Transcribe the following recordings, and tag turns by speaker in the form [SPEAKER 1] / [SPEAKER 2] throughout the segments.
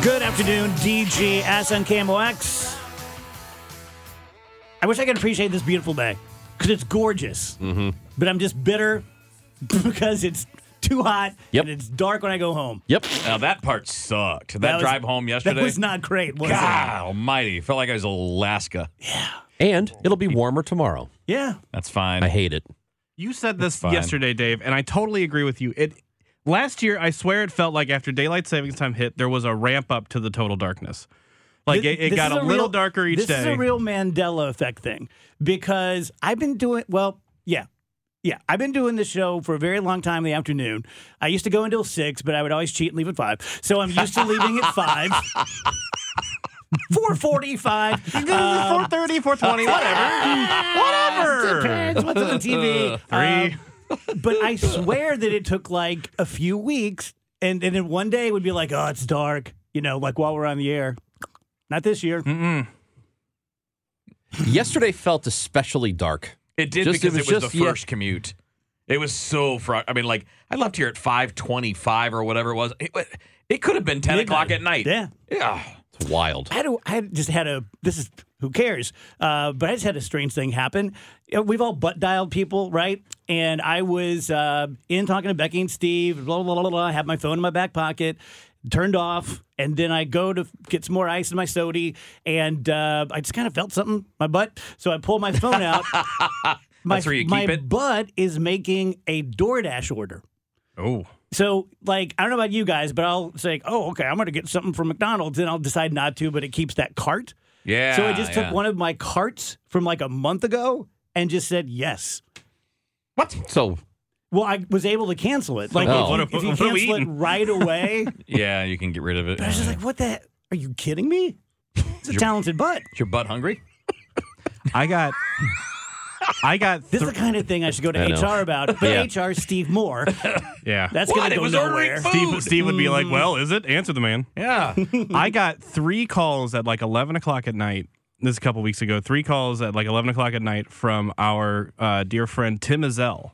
[SPEAKER 1] Good afternoon, DGS on KMOX. I wish I could appreciate this beautiful day because it's gorgeous. Mm-hmm. But I'm just bitter because it's too hot
[SPEAKER 2] Yep.
[SPEAKER 1] and it's dark when I go home.
[SPEAKER 2] Yep.
[SPEAKER 3] Now that part sucked. That,
[SPEAKER 1] was-
[SPEAKER 3] drive home yesterday.
[SPEAKER 1] That was not great, was
[SPEAKER 3] God Almighty! Felt like I was in Alaska.
[SPEAKER 2] And it'll be warmer tomorrow.
[SPEAKER 1] it? Yeah.
[SPEAKER 3] That's fine.
[SPEAKER 2] I hate it.
[SPEAKER 4] You said this
[SPEAKER 3] fine.
[SPEAKER 4] yesterday, Dave, and I totally agree with you. It last year, I swear it felt like after daylight savings time hit, there was a ramp up to the total darkness. Like
[SPEAKER 1] Thi-
[SPEAKER 4] it, it
[SPEAKER 1] this
[SPEAKER 4] got
[SPEAKER 1] is
[SPEAKER 4] a little
[SPEAKER 1] real-
[SPEAKER 4] darker each
[SPEAKER 1] This is
[SPEAKER 4] day.
[SPEAKER 1] a real Mandela effect thing because I've been doing well. Yeah, yeah, I've been doing this show for a very long time. In the afternoon, I used to go until six, but I would always cheat and leave at five. So I'm used to leaving at five. Four forty-five. Uh,
[SPEAKER 4] Four thirty, four twenty, whatever, whatever.
[SPEAKER 1] Depends what's on the TV.
[SPEAKER 4] Three.
[SPEAKER 1] Uh, but I swear that it took like a few weeks, and and then one day it would be like, oh, it's dark. You know, like while we're on the air. Not this year.
[SPEAKER 2] Yesterday felt especially dark.
[SPEAKER 3] It did
[SPEAKER 2] Just-
[SPEAKER 3] because
[SPEAKER 2] it
[SPEAKER 3] it
[SPEAKER 2] was
[SPEAKER 3] was,
[SPEAKER 2] just-
[SPEAKER 3] the
[SPEAKER 2] yeah.
[SPEAKER 3] first commute. It was so fr- I mean, like I left here at five twenty-five or whatever it was. It, wa- it could have been ten o'clock at night.
[SPEAKER 1] Yeah.
[SPEAKER 3] Yeah.
[SPEAKER 2] It's wild.
[SPEAKER 1] I had, a, I had just had a this is who cares, uh, but I just had a strange thing happen. You know, We've all butt dialed people, right? And I was uh, in talking to Becky and Steve. Blah blah blah blah. blah. I had my phone in my back pocket, turned off, and then I go to get some more ice in my sody, and uh, I just kind of felt something in my butt, so I pull my phone out. my,
[SPEAKER 3] Ah, That's where you
[SPEAKER 1] my
[SPEAKER 3] keep it?
[SPEAKER 1] butt is making a DoorDash order.
[SPEAKER 3] Oh.
[SPEAKER 1] So, like, I don't know about you guys, but I'll say, oh, okay, I'm going to get something from McDonald's, and I'll decide not to, but it keeps that cart.
[SPEAKER 3] Yeah.
[SPEAKER 1] so I just
[SPEAKER 3] yeah.
[SPEAKER 1] took one of my carts from like a month ago and just said yes.
[SPEAKER 2] What? So
[SPEAKER 1] Well, I was able to cancel it. Like,
[SPEAKER 2] Oh.
[SPEAKER 1] if, you,
[SPEAKER 4] What
[SPEAKER 1] if
[SPEAKER 4] have-
[SPEAKER 1] you
[SPEAKER 4] what have we
[SPEAKER 1] cancel it
[SPEAKER 4] eaten?
[SPEAKER 1] right away,
[SPEAKER 3] Yeah, you can get rid of it.
[SPEAKER 1] I was just like, what the? Are you kidding me? It's a
[SPEAKER 3] Your-
[SPEAKER 1] talented butt.
[SPEAKER 3] Is your butt hungry?
[SPEAKER 4] I got, I got.
[SPEAKER 1] This is
[SPEAKER 4] thr-
[SPEAKER 1] the kind of thing I should go to
[SPEAKER 2] I know.
[SPEAKER 1] HR about. But
[SPEAKER 2] Yeah.
[SPEAKER 1] HR, Steve Moore,
[SPEAKER 4] yeah.
[SPEAKER 1] that's
[SPEAKER 3] What?
[SPEAKER 1] going to
[SPEAKER 3] It
[SPEAKER 1] go
[SPEAKER 3] was
[SPEAKER 1] nowhere.
[SPEAKER 3] ordering food.
[SPEAKER 4] Steve, Steve would be like, "Well, is it? Answer the man."
[SPEAKER 3] Yeah.
[SPEAKER 4] Mm. I got three calls at like 11 o'clock at night. This is a couple weeks ago. Three calls at like 11 o'clock at night from our uh, dear friend Tim Azell.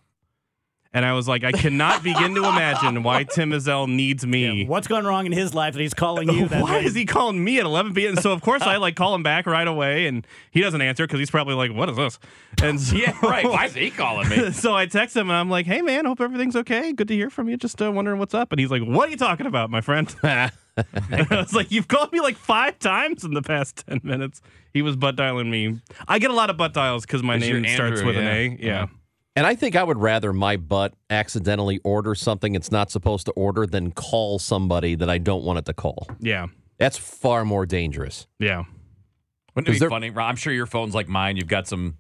[SPEAKER 4] And I was like, I cannot begin to imagine why Tim Azell needs me.
[SPEAKER 1] What's gone wrong in his life that he's calling you? That
[SPEAKER 4] Why
[SPEAKER 1] way?
[SPEAKER 4] is he calling me at 11 p.m.? So, of course, I like call him back right away and he doesn't answer because he's probably like, What is this? And so,
[SPEAKER 3] Yeah. Right. Why is he calling me?
[SPEAKER 4] so I text him and I'm like, Hey, man, hope everything's okay. Good to hear from you. Just uh, wondering what's up. And he's like, What are you talking about, my friend? And I was like, you've called me like five times in the past 10 minutes. He was butt dialing me. I get a lot of butt dials because my
[SPEAKER 3] Because
[SPEAKER 4] name
[SPEAKER 3] you're
[SPEAKER 4] starts
[SPEAKER 3] Andrew,
[SPEAKER 4] with
[SPEAKER 3] yeah. Uh-huh.
[SPEAKER 4] an A. Yeah.
[SPEAKER 2] And I think I would rather my butt accidentally order something it's not supposed to order than call somebody that I don't want it to call.
[SPEAKER 4] Yeah.
[SPEAKER 2] That's far more dangerous.
[SPEAKER 4] Yeah.
[SPEAKER 3] Wouldn't it
[SPEAKER 2] Is
[SPEAKER 3] be
[SPEAKER 2] there-
[SPEAKER 3] funny? Ron, I'm sure your phone's like mine. You've got some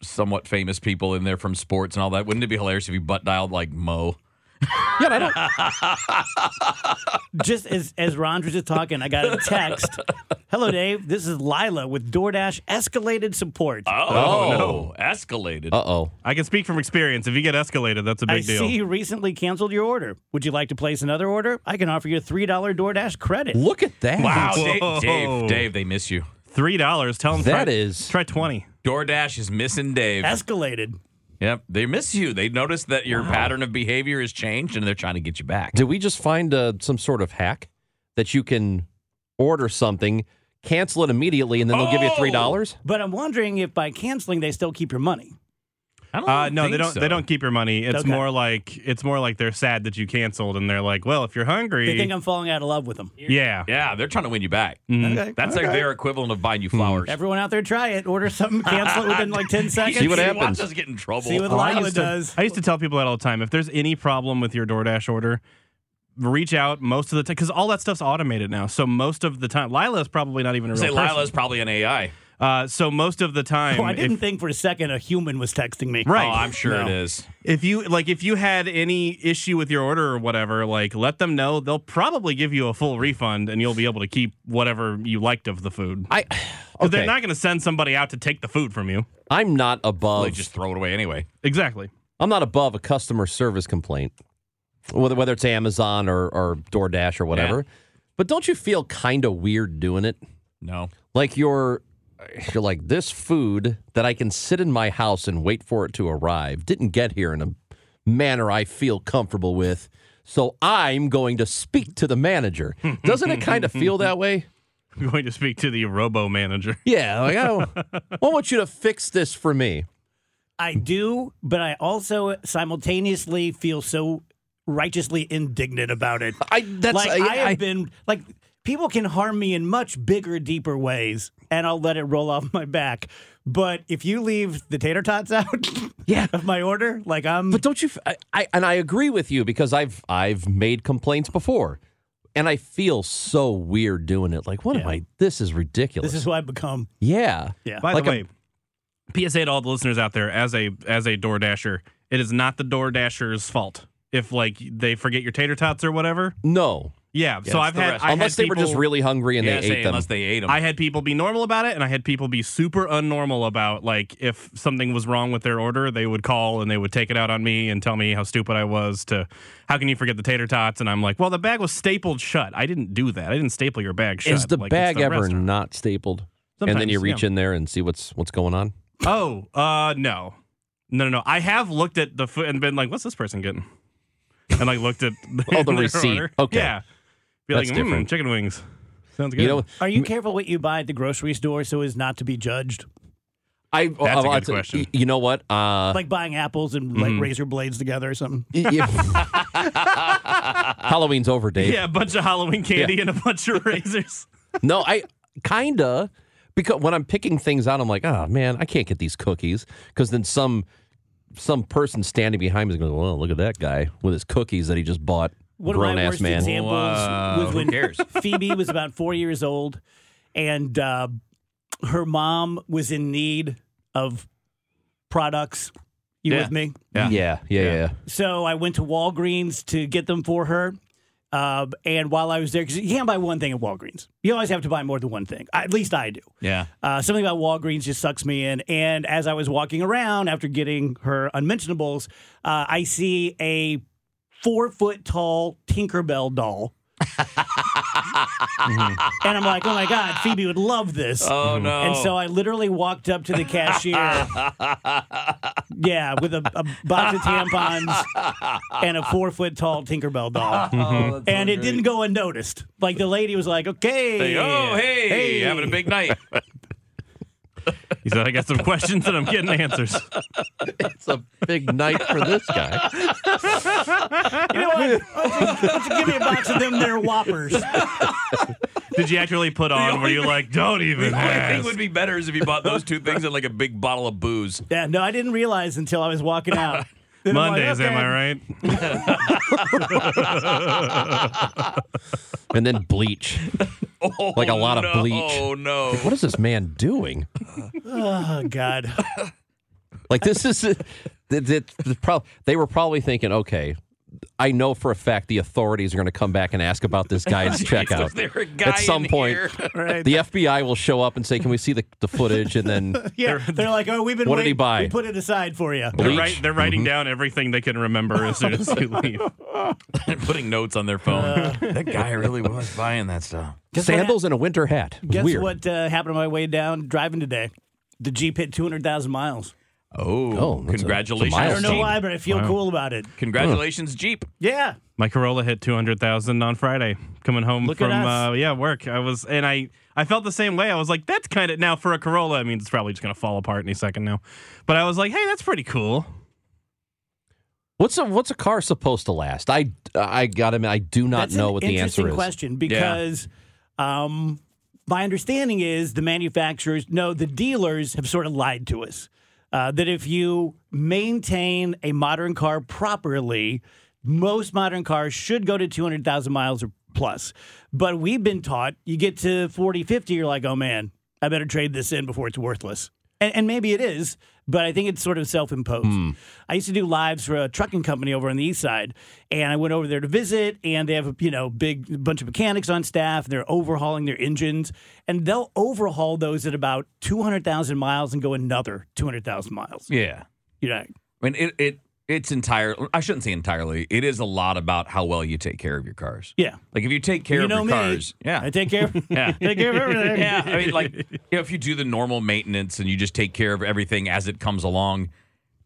[SPEAKER 3] somewhat famous people in there from sports and all that. Wouldn't it be hilarious if you butt dialed like Mo?
[SPEAKER 2] Yeah, and I don't.
[SPEAKER 1] just as as Ron was just talking, I got a text. Hello, Dave. This is Lila with DoorDash escalated support.
[SPEAKER 3] Oh,
[SPEAKER 2] no.
[SPEAKER 3] escalated.
[SPEAKER 2] Uh oh.
[SPEAKER 4] I can speak from experience. If you get escalated, that's a big
[SPEAKER 1] I
[SPEAKER 4] deal.
[SPEAKER 1] see you recently canceled your order. Would you like to place another order? I can offer you a three dollar DoorDash credit.
[SPEAKER 2] Look at that.
[SPEAKER 3] wow,
[SPEAKER 4] Whoa.
[SPEAKER 3] Dave, Dave, Dave, they miss you.
[SPEAKER 4] Three dollars. Tell him
[SPEAKER 2] That
[SPEAKER 4] try,
[SPEAKER 2] is-
[SPEAKER 4] try twenty.
[SPEAKER 3] DoorDash is missing Dave.
[SPEAKER 1] Escalated.
[SPEAKER 3] yep, they miss you. They notice that your pattern of behavior has changed and they're trying to get you back.
[SPEAKER 2] Did we just find uh, some sort of hack that you can order something, cancel it immediately, and then they'll give you
[SPEAKER 3] Oh!
[SPEAKER 2] three dollars?
[SPEAKER 1] But I'm wondering if by canceling they still keep your money.
[SPEAKER 3] I don't
[SPEAKER 4] Uh, no, they
[SPEAKER 3] think
[SPEAKER 4] don't.
[SPEAKER 3] so.
[SPEAKER 4] They don't keep your money. It's
[SPEAKER 1] Okay.
[SPEAKER 4] more like it's more like they're sad that you canceled, and they're like, "Well, if you're hungry,
[SPEAKER 1] They think I'm falling out of love with them.
[SPEAKER 4] yeah,
[SPEAKER 3] Yeah, they're trying to win you back.
[SPEAKER 4] Mhm.
[SPEAKER 1] Okay.
[SPEAKER 3] That's like
[SPEAKER 1] okay.
[SPEAKER 3] their equivalent of buying you flowers.
[SPEAKER 1] Everyone out there, try it. Order something, cancel it within like 10 seconds.
[SPEAKER 2] See what happens.
[SPEAKER 3] Watch us get in trouble.
[SPEAKER 1] See what
[SPEAKER 4] Oh, I
[SPEAKER 1] Lila
[SPEAKER 4] used to-
[SPEAKER 1] does.
[SPEAKER 4] I used to tell people that all the time. If there's any problem with your DoorDash order, reach out most of the time because all that stuff's automated now. So most of the time, Lila is probably not even a real
[SPEAKER 3] Say
[SPEAKER 4] person.
[SPEAKER 3] Lila's probably an AI.
[SPEAKER 4] Uh, so most of the time,
[SPEAKER 1] Oh, I didn't
[SPEAKER 4] if,
[SPEAKER 1] think for a second a human was texting me.
[SPEAKER 4] Right.
[SPEAKER 3] Oh, I'm sure
[SPEAKER 1] No.
[SPEAKER 3] it is.
[SPEAKER 4] if you like, if you had any issue with your order or whatever, like let them know. They'll probably give you a full refund, and you'll be able to keep whatever you liked of the food.
[SPEAKER 2] I
[SPEAKER 4] 'Cause
[SPEAKER 2] okay.
[SPEAKER 4] They're not going to send somebody out to take the food from you.
[SPEAKER 2] I'm not above.
[SPEAKER 3] They just throw it away anyway.
[SPEAKER 4] Exactly.
[SPEAKER 2] I'm not above a customer service complaint, whether whether it's Amazon or or DoorDash or whatever. But don't you feel kind of weird doing it?
[SPEAKER 3] No.
[SPEAKER 2] Like you're you're like this food that I can sit in my house and wait for it to arrive didn't get here in a manner I feel comfortable with. So I'm going to speak to the manager. Doesn't it kind of feel that way?
[SPEAKER 4] I'm going to speak to the robo manager.
[SPEAKER 2] Yeah, like I, don't, I want you to fix this for me.
[SPEAKER 1] I do, but I also simultaneously feel so righteously indignant about it.
[SPEAKER 2] I that's
[SPEAKER 1] like I, have
[SPEAKER 2] I-
[SPEAKER 1] been like people can harm me in much bigger, deeper ways, and I'll let it roll off my back. But if you leave the tater tots out
[SPEAKER 2] yeah.
[SPEAKER 1] of my order, like
[SPEAKER 4] Mm.
[SPEAKER 1] I'm
[SPEAKER 2] But don't you? f- I, I and I agree with you because I've I've made complaints before, and I feel so weird doing it. Like, what am
[SPEAKER 1] Yeah.
[SPEAKER 2] I? This is ridiculous.
[SPEAKER 1] this is who I've become.
[SPEAKER 2] yeah.
[SPEAKER 1] Yeah.
[SPEAKER 4] By
[SPEAKER 2] Like
[SPEAKER 4] the
[SPEAKER 2] a-
[SPEAKER 4] way, PSA to all the listeners out there as a as a DoorDasher, it is not the DoorDasher's fault if like they forget your tater tots or whatever.
[SPEAKER 2] No,
[SPEAKER 4] Yeah. so I've
[SPEAKER 3] the
[SPEAKER 4] had
[SPEAKER 3] rest.
[SPEAKER 4] I
[SPEAKER 2] unless
[SPEAKER 4] had
[SPEAKER 2] they were just
[SPEAKER 4] people-
[SPEAKER 2] really hungry and
[SPEAKER 3] Yeah,
[SPEAKER 2] they
[SPEAKER 3] say
[SPEAKER 2] ate them.
[SPEAKER 3] Unless they ate them.
[SPEAKER 4] I had people be normal about it, and I had people be super unnormal about like if something was wrong with their order, they would call and they would take it out on me and tell me how stupid I was to how can you forget the tater tots? And I'm like, well, the bag was stapled shut. I didn't do that. I didn't staple your bag shut.
[SPEAKER 2] is the
[SPEAKER 4] Like, it's
[SPEAKER 2] bag
[SPEAKER 4] the
[SPEAKER 2] ever
[SPEAKER 4] restaurant.
[SPEAKER 2] not stapled? and then you
[SPEAKER 4] Sometimes,
[SPEAKER 2] reach
[SPEAKER 4] yeah.
[SPEAKER 2] in there and see what's what's going on.
[SPEAKER 4] Oh, uh, no, no, no, no. I have looked at the food and been like, "What's this person getting?" And like looked at the,
[SPEAKER 2] Oh, the
[SPEAKER 4] their
[SPEAKER 2] receipt.
[SPEAKER 4] order.
[SPEAKER 2] Okay.
[SPEAKER 4] yeah. Be
[SPEAKER 2] That's
[SPEAKER 4] like, mm,
[SPEAKER 2] different.
[SPEAKER 4] chicken wings. Sounds good.
[SPEAKER 2] You know,
[SPEAKER 1] Are you careful what you buy at the grocery store so as not to be judged?
[SPEAKER 2] I
[SPEAKER 4] a
[SPEAKER 2] uh,
[SPEAKER 4] good
[SPEAKER 2] I-
[SPEAKER 4] question.
[SPEAKER 2] You know what?
[SPEAKER 3] Uh-huh.
[SPEAKER 2] Uh,
[SPEAKER 1] Like buying apples and
[SPEAKER 3] Mm-hmm.
[SPEAKER 1] like razor blades together or something.
[SPEAKER 2] y- y- Halloween's over, Dave.
[SPEAKER 4] yeah, a bunch of Halloween candy and a bunch of razors.
[SPEAKER 2] No, I kinda because when I'm picking things out, I'm like, oh man, I can't get these cookies because then some some person standing behind me is going, well, look at that guy with his cookies that he just bought.
[SPEAKER 1] One
[SPEAKER 2] Grown
[SPEAKER 1] of my
[SPEAKER 2] ass
[SPEAKER 1] worst
[SPEAKER 2] man.
[SPEAKER 1] examples
[SPEAKER 3] Wow,
[SPEAKER 1] was
[SPEAKER 3] who
[SPEAKER 1] when
[SPEAKER 3] cares?
[SPEAKER 1] Phoebe was about four years old, and uh, her mom was in need of products. You
[SPEAKER 3] Yeah.
[SPEAKER 1] with me?
[SPEAKER 2] yeah. Yeah, yeah, yeah.
[SPEAKER 1] So I went to Walgreens to get them for her. Uh, and while I was there, because you can't buy one thing at Walgreens, you always have to buy more than one thing. At least I do.
[SPEAKER 3] yeah.
[SPEAKER 1] Uh, something about Walgreens just sucks me in. And as I was walking around after getting her unmentionables, uh, I see a four foot tall Tinkerbell doll. And I'm like, oh my God, Phoebe would love this.
[SPEAKER 3] Oh no.
[SPEAKER 1] And so I literally walked up to the cashier, yeah, with a, a box of tampons and a four foot tall Tinkerbell doll.
[SPEAKER 3] Oh,
[SPEAKER 1] and it didn't go unnoticed. Like the lady was like, okay.
[SPEAKER 3] Hey, oh, hey,
[SPEAKER 1] Hey.
[SPEAKER 3] having a big night.
[SPEAKER 4] He said, "I got some questions and I'm getting answers."
[SPEAKER 2] It's a big night for this guy.
[SPEAKER 1] You know what? Why don't you give me a box of them there whoppers.
[SPEAKER 4] Did you actually put on? Were you like, "Don't even
[SPEAKER 3] the only thing
[SPEAKER 4] ask"?
[SPEAKER 3] would be better is if you bought those two things and like a big bottle of booze.
[SPEAKER 1] Yeah, no, I didn't realize until I was walking out. Then I'm like,
[SPEAKER 4] Mondays, am
[SPEAKER 1] okay.
[SPEAKER 4] I right?
[SPEAKER 2] And then bleach.
[SPEAKER 3] Oh,
[SPEAKER 2] Like a lot of
[SPEAKER 3] no,
[SPEAKER 2] bleach.
[SPEAKER 3] Oh no.
[SPEAKER 2] What is this man doing?
[SPEAKER 1] Oh God.
[SPEAKER 2] Like this is the, the, the prob- they were probably thinking, okay, I know for a fact the authorities are going to come back and ask about this guy's
[SPEAKER 3] Was
[SPEAKER 2] checkout.
[SPEAKER 3] there a guy
[SPEAKER 2] At some
[SPEAKER 3] in
[SPEAKER 2] point,
[SPEAKER 3] here?
[SPEAKER 1] Right.
[SPEAKER 2] the FBI will show up and say, "Can we see the, the footage?" And then
[SPEAKER 1] yeah. They're like, oh, we've been
[SPEAKER 2] What did
[SPEAKER 1] waiting.
[SPEAKER 2] he buy? Mm-hmm.
[SPEAKER 1] We put it aside for you.
[SPEAKER 4] They're,
[SPEAKER 2] Bleach.
[SPEAKER 4] write, they're writing
[SPEAKER 1] Mm-hmm.
[SPEAKER 4] down everything they can remember as soon as they leave. Uh.
[SPEAKER 3] putting notes on their phone. that guy really was buying that stuff.
[SPEAKER 2] sandals and a winter hat.
[SPEAKER 1] Guess
[SPEAKER 2] Weird.
[SPEAKER 1] what uh, happened on my way down driving today? The Jeep hit 200,000 miles.
[SPEAKER 2] Oh,
[SPEAKER 3] Oh,
[SPEAKER 2] that's a-
[SPEAKER 3] congratulations!
[SPEAKER 2] that's
[SPEAKER 1] I
[SPEAKER 2] a
[SPEAKER 1] don't know
[SPEAKER 3] Jeep.
[SPEAKER 1] why, but I feel
[SPEAKER 4] Wow.
[SPEAKER 1] cool about it.
[SPEAKER 3] Congratulations, Jeep.
[SPEAKER 1] Yeah.
[SPEAKER 4] My Corolla hit 200,000 on Friday coming home
[SPEAKER 1] Look at
[SPEAKER 4] from
[SPEAKER 1] us.
[SPEAKER 4] uh, yeah, work. I was and I I felt the same way. I was like that's kind of now for a Corolla, I mean it's probably just going to fall apart any second now. But I was like, "Hey, that's pretty cool."
[SPEAKER 2] What's a what's a car supposed to last? I I got him. I do not
[SPEAKER 1] That's
[SPEAKER 2] know
[SPEAKER 1] an
[SPEAKER 2] what the
[SPEAKER 1] interesting
[SPEAKER 2] answer is.
[SPEAKER 1] question because um, my understanding is the manufacturers, no, the dealers have sort of lied to us. Uh, that if you maintain a modern car properly, most modern cars should go to 200,000 miles or plus. But we've been taught you get to 40, 50, you're like, oh man, I better trade this in before it's worthless. And, and maybe it is, but I think it's sort of self imposed.
[SPEAKER 3] Hmm.
[SPEAKER 1] I used to do lives for a trucking company over on the east side, and I went over there to visit, and they have a you know big bunch of mechanics on staff, and they're overhauling their engines, and they'll overhaul those at about two hundred thousand miles and go another two hundred thousand miles.
[SPEAKER 3] Yeah.
[SPEAKER 1] You know,
[SPEAKER 3] I mean, it, it it's entire. I shouldn't say entirely. It is a lot about how well you take care of your cars.
[SPEAKER 1] yeah.
[SPEAKER 3] Like if you take care
[SPEAKER 1] you
[SPEAKER 3] of
[SPEAKER 1] know
[SPEAKER 3] your
[SPEAKER 1] me.
[SPEAKER 3] cars, yeah,
[SPEAKER 1] I take care. Of,
[SPEAKER 3] Yeah.
[SPEAKER 1] take care of everything.
[SPEAKER 3] yeah. I mean, like you know, if you do the normal maintenance and you just take care of everything as it comes along,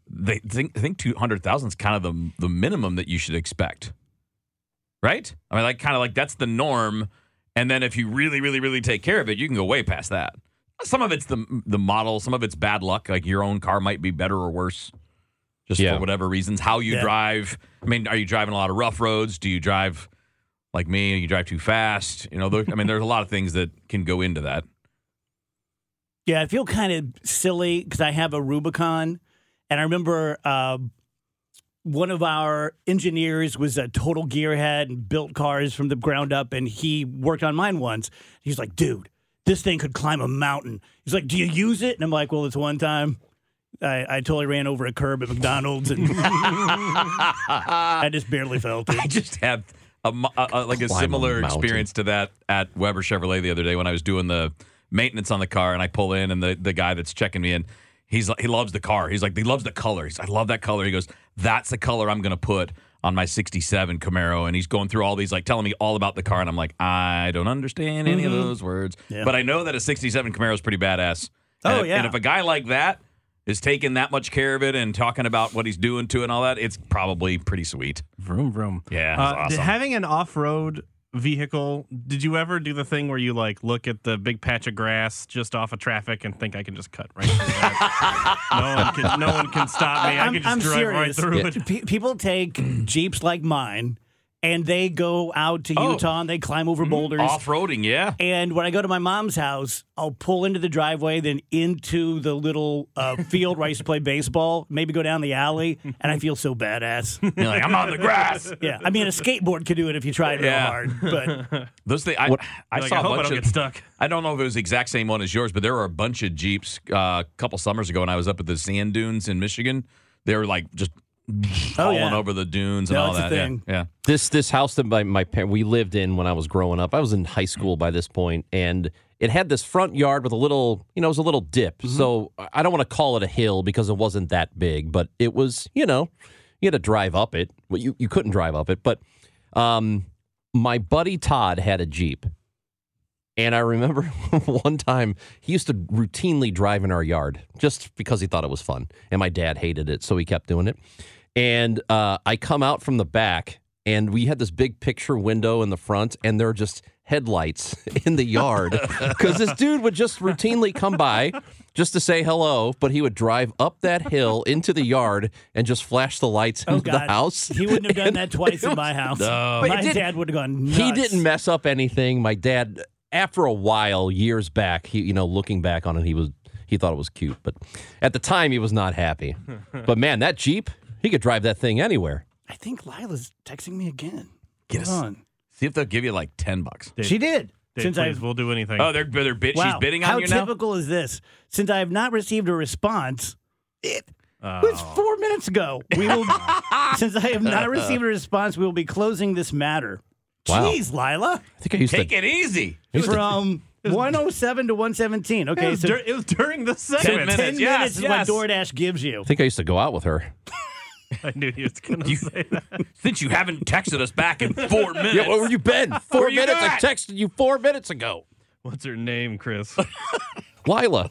[SPEAKER 3] they think I think two hundred thousand is kind of the the minimum that you should expect, right? I mean, like kind of like that's the norm, and then if you really, really, really take care of it, you can go way past that. Some of it's the the model, some of it's bad luck. Like your own car might be better or worse, just
[SPEAKER 2] Yeah.
[SPEAKER 3] for whatever reasons. How you
[SPEAKER 1] Yeah.
[SPEAKER 3] drive. I mean, are you driving a lot of rough roads? Do you drive? like me, you drive too fast. You know, there, I mean, there's a lot of things that can go into that.
[SPEAKER 1] Yeah, I feel kind of silly because I have a Rubicon, and I remember uh, one of our engineers was a total gearhead and built cars from the ground up, and he worked on mine once. He's like, "Dude, this thing could climb a mountain." He's like, "Do you use it?" And I'm like, "Well, it's one time." I, I totally ran over a curb at McDonald's and I just barely felt
[SPEAKER 3] I
[SPEAKER 1] it.
[SPEAKER 3] just had a, mo- a, a- like a
[SPEAKER 2] Climb a
[SPEAKER 3] similar
[SPEAKER 2] mountain.
[SPEAKER 3] experience to that at Weber Chevrolet the other day when I was doing the maintenance on the car, and I pull in, and the the guy that's checking me in. He's like, he loves the car. He's like, he loves the color. He's, I love that color. He goes, that's the color I'm going to put on my 67 Camaro. And he's going through all these, like telling me all about the car. And I'm like, I don't understand any of those words.
[SPEAKER 1] Mm-hmm. Yeah.
[SPEAKER 3] But I know that a 67 Camaro is pretty badass.
[SPEAKER 1] Oh,
[SPEAKER 3] And if-
[SPEAKER 1] yeah.
[SPEAKER 3] And if a guy like that is taking that much care of it and talking about what he's doing to it and all that, it's probably pretty sweet.
[SPEAKER 4] Vroom vroom.
[SPEAKER 3] Yeah,
[SPEAKER 1] Uh,
[SPEAKER 3] that's
[SPEAKER 4] did-
[SPEAKER 3] awesome.
[SPEAKER 4] Uh, having an off-road vehicle, did you ever do the thing where you like look at the big patch of grass just off of traffic and think I can just cut right through that? no one can no one can stop me. i can just drive right through it.
[SPEAKER 1] Pe- people take Jeeps like mine and they go out to
[SPEAKER 3] Oh.
[SPEAKER 1] Utah and they climb over boulders.
[SPEAKER 3] Off roading, yeah.
[SPEAKER 1] And when I go to my mom's house, I'll pull into the driveway, then into the little uh, field where I used to play baseball, maybe go down the alley, and I feel so badass.
[SPEAKER 3] You're like, I'm on the grass.
[SPEAKER 1] Yeah. I mean, a skateboard could do it if you tried real
[SPEAKER 3] Yeah.
[SPEAKER 1] hard, but
[SPEAKER 3] Those things, I, I
[SPEAKER 4] You're like,
[SPEAKER 3] saw
[SPEAKER 4] I
[SPEAKER 3] a
[SPEAKER 4] hope I
[SPEAKER 3] bunch
[SPEAKER 4] don't
[SPEAKER 3] of.
[SPEAKER 4] get stuck.
[SPEAKER 3] I don't know if it was the exact same one as yours, but there were a bunch of Jeeps uh, a couple summers ago when I was up at the sand dunes in Michigan. They were like just falling
[SPEAKER 1] Oh, yeah.
[SPEAKER 3] over the dunes and
[SPEAKER 1] No,
[SPEAKER 3] all
[SPEAKER 1] it's a
[SPEAKER 3] that. Yeah,
[SPEAKER 1] thing.
[SPEAKER 3] Yeah.
[SPEAKER 2] This this house that my my par- we lived in when I was growing up. I was in high school by this point, and it had this front yard with a little, you know, it was a little dip.
[SPEAKER 1] Mm-hmm.
[SPEAKER 2] So I I don't want to call it a hill because it wasn't that big, but it was, you know, you had to drive up it. Well, you you couldn't drive up it, but um, my buddy Todd had a jeep, and I remember one time he used to routinely drive in our yard just because he thought it was fun. And my dad hated it, so he kept doing it. And uh, I come out from the back, and we had this big picture window in the front, and there are just headlights in the yard because this dude would just routinely come by just to say hello, but he would drive up that hill into the yard and just flash the lights
[SPEAKER 1] oh,
[SPEAKER 2] into
[SPEAKER 1] God.
[SPEAKER 2] the house.
[SPEAKER 1] He wouldn't have done
[SPEAKER 2] And
[SPEAKER 1] that twice
[SPEAKER 2] it
[SPEAKER 1] in my house.
[SPEAKER 3] No.
[SPEAKER 2] But it
[SPEAKER 1] My
[SPEAKER 2] didn't-
[SPEAKER 1] dad would have gone nuts.
[SPEAKER 2] he didn't mess up anything. My dad, after a while, years back, he you know, looking back on it, he was he thought it was cute, but at the time he was not happy. but man, that Jeep, he could drive that thing anywhere.
[SPEAKER 1] I think Lila's texting me again.
[SPEAKER 3] Get
[SPEAKER 1] Hold
[SPEAKER 3] us-
[SPEAKER 1] on.
[SPEAKER 3] See if they'll give you like 10 bucks.
[SPEAKER 4] Dave,
[SPEAKER 1] She did.
[SPEAKER 4] Dave,
[SPEAKER 1] since
[SPEAKER 4] please,
[SPEAKER 1] I've
[SPEAKER 4] we'll do anything.
[SPEAKER 3] Oh, they're, they're bid,
[SPEAKER 1] wow,
[SPEAKER 3] she's bidding on
[SPEAKER 1] how
[SPEAKER 3] you now?
[SPEAKER 1] typical is this? Since I have not received a response, it
[SPEAKER 4] Oh.
[SPEAKER 1] It was four minutes ago. We will, since I have not received a response, we will be closing this matter.
[SPEAKER 2] Wow.
[SPEAKER 1] Jeez, Lila,
[SPEAKER 2] I think I used
[SPEAKER 3] Take
[SPEAKER 2] to
[SPEAKER 3] it easy.
[SPEAKER 1] from 107 to 117.
[SPEAKER 4] It
[SPEAKER 1] Okay,
[SPEAKER 4] was,
[SPEAKER 1] so
[SPEAKER 4] dur- it was during the segment.
[SPEAKER 3] minutes.
[SPEAKER 1] 10
[SPEAKER 3] Yes,
[SPEAKER 1] minutes is
[SPEAKER 3] yes.
[SPEAKER 1] what DoorDash gives you.
[SPEAKER 2] I think I used to go out with her.
[SPEAKER 4] I knew he was going to
[SPEAKER 3] You-
[SPEAKER 4] say that.
[SPEAKER 3] Since you haven't texted us back in four minutes.
[SPEAKER 2] Yeah, where were you been? Four
[SPEAKER 3] Where you
[SPEAKER 2] minutes. I
[SPEAKER 3] at?
[SPEAKER 2] texted you four minutes ago.
[SPEAKER 4] What's her name, Chris?
[SPEAKER 2] Lila.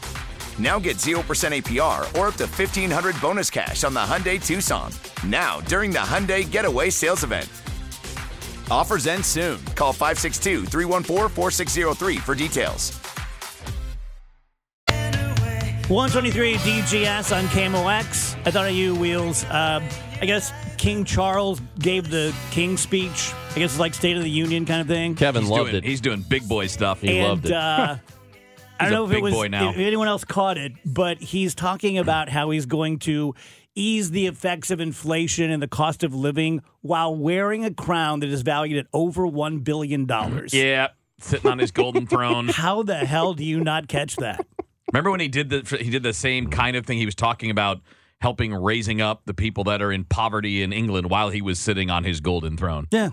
[SPEAKER 5] Now get 0% APR or up to 1500 bonus cash on the Hyundai Tucson. Now, during the Hyundai Getaway Sales Event. Offers end soon. Call 562 314 4603 for details.
[SPEAKER 1] 123 DGS on KMOX. I thought of you, Wheels. Uh, I guess King Charles gave the King speech. I guess it's like State of the Union kind of thing.
[SPEAKER 2] Kevin
[SPEAKER 3] He's
[SPEAKER 2] loved it.
[SPEAKER 3] doing, He's doing big boy stuff.
[SPEAKER 2] He
[SPEAKER 1] and,
[SPEAKER 2] loved it.
[SPEAKER 1] Uh, I don't
[SPEAKER 3] He's a
[SPEAKER 1] know if it
[SPEAKER 3] big
[SPEAKER 1] was
[SPEAKER 3] boy now.
[SPEAKER 1] if anyone else caught it, but he's talking about how he's going to ease the effects of inflation and the cost of living while wearing a crown that is valued at over one billion dollars.
[SPEAKER 3] Yeah, sitting on his golden throne.
[SPEAKER 1] How the hell do you not catch that?
[SPEAKER 3] Remember when he did the he did the same kind of thing? He was talking about helping raising up the people that are in poverty in England while he was sitting on his golden throne.
[SPEAKER 1] Yeah.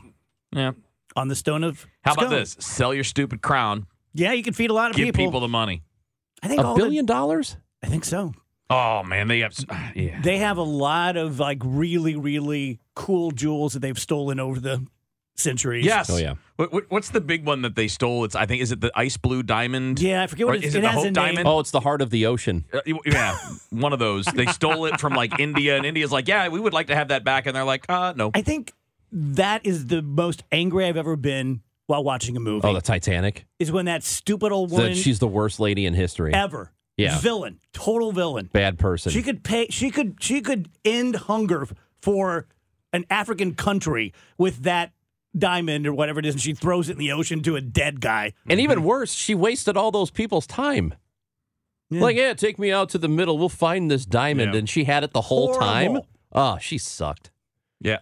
[SPEAKER 3] Yeah.
[SPEAKER 1] On the stone of
[SPEAKER 3] How about
[SPEAKER 1] Scone.
[SPEAKER 3] this? Sell your stupid crown.
[SPEAKER 1] Yeah, you can feed a lot of
[SPEAKER 3] Give people,
[SPEAKER 1] people.
[SPEAKER 3] the money.
[SPEAKER 1] I think
[SPEAKER 2] A
[SPEAKER 1] all the-
[SPEAKER 2] billion dollars?
[SPEAKER 1] I think so.
[SPEAKER 3] Oh man, they have yeah.
[SPEAKER 1] They have a lot of like really, really cool jewels that they've stolen over the centuries.
[SPEAKER 3] Yes.
[SPEAKER 2] Oh, yeah.
[SPEAKER 3] What, what- what's the big one that they stole? It's I think is it the ice blue diamond?
[SPEAKER 1] Yeah, I forget what
[SPEAKER 3] Or
[SPEAKER 1] it-
[SPEAKER 3] is
[SPEAKER 1] it
[SPEAKER 3] it the
[SPEAKER 1] has
[SPEAKER 3] Hope
[SPEAKER 1] a name.
[SPEAKER 3] diamond?
[SPEAKER 2] Oh, it's the heart of the ocean.
[SPEAKER 3] Uh, y- yeah, one of those. They stole it from like India, and India's like, yeah, we would like to have that back, and they're like, uh, no.
[SPEAKER 1] I think that is the most angry I've ever been while watching a movie.
[SPEAKER 2] Oh, the Titanic.
[SPEAKER 1] is when that stupid old
[SPEAKER 2] That
[SPEAKER 1] woman
[SPEAKER 2] she's the worst lady in history.
[SPEAKER 1] ever.
[SPEAKER 2] Yeah.
[SPEAKER 1] Villain. Total villain.
[SPEAKER 2] Bad person.
[SPEAKER 1] She could pay she could she could end hunger for an African country with that diamond or whatever it is, and she throws it in the ocean to a dead guy.
[SPEAKER 2] and even worse, she wasted all those people's time.
[SPEAKER 1] Yeah.
[SPEAKER 2] Like, yeah, take me out to the middle. We'll find this diamond.
[SPEAKER 4] Yeah.
[SPEAKER 2] And she had it the whole
[SPEAKER 1] Horrible.
[SPEAKER 2] time. Oh, she sucked.
[SPEAKER 3] Yeah,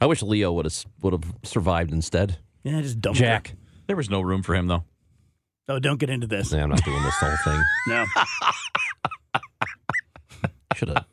[SPEAKER 2] I wish Leo would have would have survived instead.
[SPEAKER 1] Yeah, just dump
[SPEAKER 2] Jack.
[SPEAKER 3] there was no room for him
[SPEAKER 1] Her.
[SPEAKER 3] though.
[SPEAKER 1] Oh, don't get into this.
[SPEAKER 2] Nah, I'm not doing this whole thing.
[SPEAKER 1] No.
[SPEAKER 2] Should have.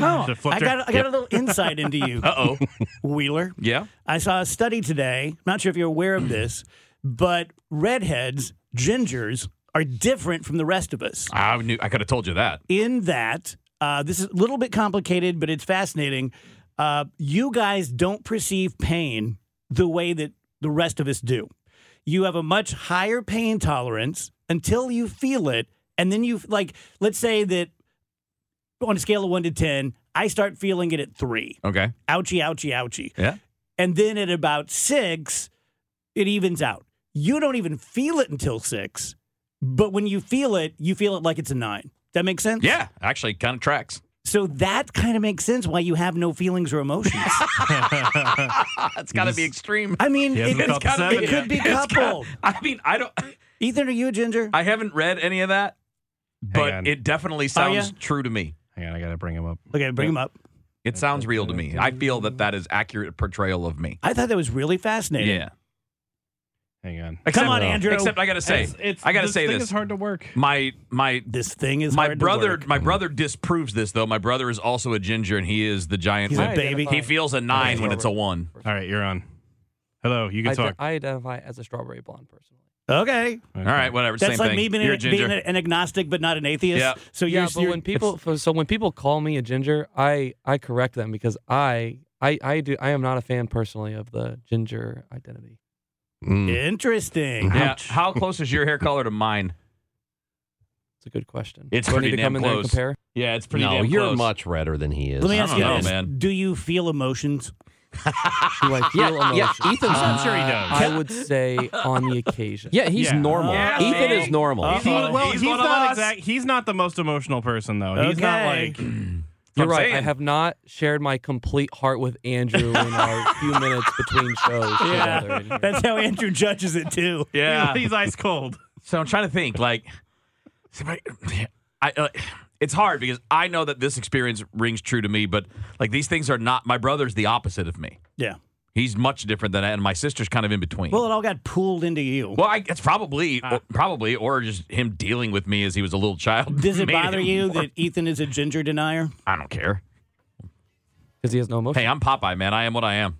[SPEAKER 1] Oh,
[SPEAKER 4] The flipper.
[SPEAKER 1] I got I got a little insight into you,
[SPEAKER 3] Uh oh.
[SPEAKER 1] Wheeler.
[SPEAKER 3] Yeah.
[SPEAKER 1] I saw a study today. I'm not sure if you're aware of this, but redheads, gingers, are different from the rest of us
[SPEAKER 3] I knew. I could have told you that.
[SPEAKER 1] in that uh, this is a little bit complicated, but it's fascinating. Uh, you guys don't perceive pain the way that the rest of us do. You have a much higher pain tolerance until you feel it, and then you like. Let's say that on a scale of one to ten, I start feeling it at three.
[SPEAKER 3] Okay.
[SPEAKER 1] Ouchie, ouchie, ouchie.
[SPEAKER 3] Yeah.
[SPEAKER 1] And then at about six, it evens out. You don't even feel it until six, but when you feel it, you feel it like it's a nine. That makes sense?
[SPEAKER 3] Yeah. Actually, kind of tracks.
[SPEAKER 1] So that kind of makes sense why you have no feelings or emotions.
[SPEAKER 3] It's got to be extreme.
[SPEAKER 1] I mean,
[SPEAKER 4] He
[SPEAKER 1] it,
[SPEAKER 4] hasn't
[SPEAKER 1] it
[SPEAKER 4] caught the
[SPEAKER 1] could-
[SPEAKER 4] seven
[SPEAKER 1] it could be
[SPEAKER 3] It's got-
[SPEAKER 1] coupled.
[SPEAKER 3] I mean, I don't.
[SPEAKER 1] Ethan, are you a ginger?
[SPEAKER 3] I haven't read any of that, but
[SPEAKER 4] on.
[SPEAKER 3] it definitely sounds
[SPEAKER 1] ya?
[SPEAKER 3] true to me.
[SPEAKER 4] Hang on, I gotta bring him up.
[SPEAKER 1] Oh, okay, bring him up.
[SPEAKER 3] It sounds real to me. I feel that that is accurate portrayal of me.
[SPEAKER 1] I thought that was really fascinating.
[SPEAKER 3] Yeah.
[SPEAKER 4] Hang on.
[SPEAKER 3] Except-
[SPEAKER 1] on, Andrew.
[SPEAKER 3] Except I gotta say,
[SPEAKER 4] It's- it's-
[SPEAKER 3] I gotta say
[SPEAKER 4] thing
[SPEAKER 3] this.
[SPEAKER 4] is hard to work.
[SPEAKER 3] my my
[SPEAKER 1] This thing is
[SPEAKER 3] my
[SPEAKER 1] hard to
[SPEAKER 3] brother
[SPEAKER 1] work.
[SPEAKER 3] my brother disproves this though. My brother is also a ginger and he is the giant.
[SPEAKER 1] He's
[SPEAKER 3] whip.
[SPEAKER 1] a baby.
[SPEAKER 3] He feels a nine when it's a one.
[SPEAKER 4] All right, you're on. Hello, you can
[SPEAKER 6] I,
[SPEAKER 4] talk.
[SPEAKER 6] I identify as a strawberry blonde personally.
[SPEAKER 1] okay.
[SPEAKER 3] All right, whatever.
[SPEAKER 1] That's
[SPEAKER 3] same
[SPEAKER 1] like
[SPEAKER 3] thing.
[SPEAKER 1] me being,
[SPEAKER 3] You're a
[SPEAKER 1] an, being
[SPEAKER 3] ginger.
[SPEAKER 1] an agnostic but not an atheist.
[SPEAKER 3] Yeah.
[SPEAKER 1] So you're,
[SPEAKER 6] yeah, but
[SPEAKER 1] you're-
[SPEAKER 6] when people f- so when people call me a ginger, I I correct them because I I I do I am not a fan personally of the ginger identity.
[SPEAKER 2] Mm.
[SPEAKER 1] interesting.
[SPEAKER 3] yeah. How close is your hair color to mine?
[SPEAKER 6] It's a good question.
[SPEAKER 3] It's
[SPEAKER 6] Do I need
[SPEAKER 3] pretty
[SPEAKER 6] to come
[SPEAKER 3] damn
[SPEAKER 6] in there and
[SPEAKER 3] close.
[SPEAKER 6] compare?
[SPEAKER 3] Yeah, it's pretty
[SPEAKER 2] No,
[SPEAKER 3] damn
[SPEAKER 2] you're
[SPEAKER 3] close.
[SPEAKER 2] much redder than he is.
[SPEAKER 1] Let me
[SPEAKER 3] I
[SPEAKER 1] ask
[SPEAKER 3] don't
[SPEAKER 1] you
[SPEAKER 3] know,
[SPEAKER 1] this:
[SPEAKER 3] man.
[SPEAKER 1] Do you feel emotions?
[SPEAKER 6] Do I feel
[SPEAKER 2] yeah,
[SPEAKER 6] emotion?
[SPEAKER 2] yeah, Ethan's.
[SPEAKER 1] Uh,
[SPEAKER 4] sure he does.
[SPEAKER 6] Uh, I would say on the occasion.
[SPEAKER 2] yeah, he's
[SPEAKER 4] Yeah.
[SPEAKER 2] normal.
[SPEAKER 3] Yeah,
[SPEAKER 2] Ethan
[SPEAKER 3] see?
[SPEAKER 2] is normal.
[SPEAKER 1] Uh,
[SPEAKER 4] He- well,
[SPEAKER 3] He's
[SPEAKER 4] he's,
[SPEAKER 3] one of
[SPEAKER 4] not
[SPEAKER 3] us.
[SPEAKER 4] exact. He's not the most emotional person though. He's not
[SPEAKER 1] Okay.
[SPEAKER 4] like.
[SPEAKER 6] You're
[SPEAKER 3] I'm
[SPEAKER 6] right. I
[SPEAKER 3] saying.
[SPEAKER 6] have not shared my complete heart with Andrew in our few minutes between shows together. in here.
[SPEAKER 1] That's how Andrew judges it too.
[SPEAKER 3] Yeah.
[SPEAKER 4] He's ice cold.
[SPEAKER 3] So I'm trying to think. Like, somebody- I, uh, it's hard because I know that this experience rings true to me, but like these things are not. My brother's the opposite of me.
[SPEAKER 1] Yeah.
[SPEAKER 3] He's much different than I, and my sister's kind of in between.
[SPEAKER 1] Well, it all got pooled into you.
[SPEAKER 3] Well, I, it's probably,
[SPEAKER 1] Ah.
[SPEAKER 3] or, probably, or just him dealing with me as he was a little child.
[SPEAKER 1] Does it
[SPEAKER 3] made
[SPEAKER 1] bother
[SPEAKER 3] him
[SPEAKER 1] you
[SPEAKER 3] more-
[SPEAKER 1] that Ethan is a ginger denier?
[SPEAKER 3] I don't care.
[SPEAKER 6] Because he has no emotion.
[SPEAKER 3] Hey, I'm Popeye, man. I am what I am.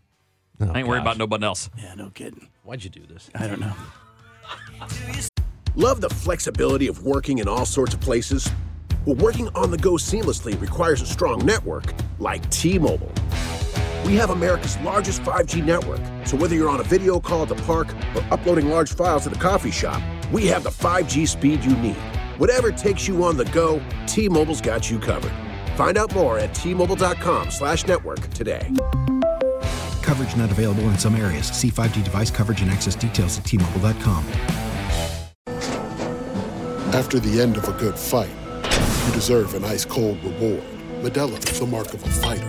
[SPEAKER 1] Oh,
[SPEAKER 3] I ain't worried about nobody else.
[SPEAKER 1] Yeah, no kidding.
[SPEAKER 2] Why'd you do this?
[SPEAKER 1] I don't know.
[SPEAKER 7] Love the flexibility of working in all sorts of places? Well, working on the go seamlessly requires a strong network like T Mobile. We have America's largest 5G network, so whether you're on a video call at the park or uploading large files at the coffee shop, we have the 5G speed you need. Whatever takes you on the go, T Mobile's got you covered. Find out more at T Mobile.com slash network today.
[SPEAKER 8] Coverage not available in some areas. See 5G device coverage and access details at tmobile.com.
[SPEAKER 7] After the end of a good fight, you deserve an ice cold reward. Medella is the mark of a fighter.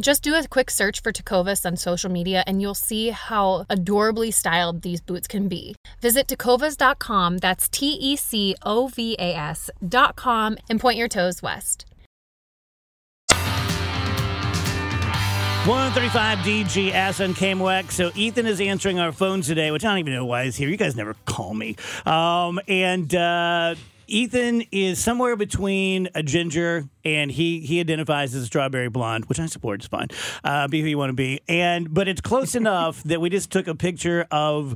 [SPEAKER 8] Just do a quick search for Tecovas on social media and you'll see how adorably styled these boots can be. Visit tecovas.com, that's T E C O V A S.com, and point your toes west.
[SPEAKER 1] 135 DGS and KMWEX. So Ethan is answering our phones today, which I don't even know why he's here. You guys never call me. Um, and uh, Ethan is somewhere between a ginger and he he identifies as a strawberry blonde, which I support. It's fine. Uh, be who you want to be. And but it's close enough that we just took a picture of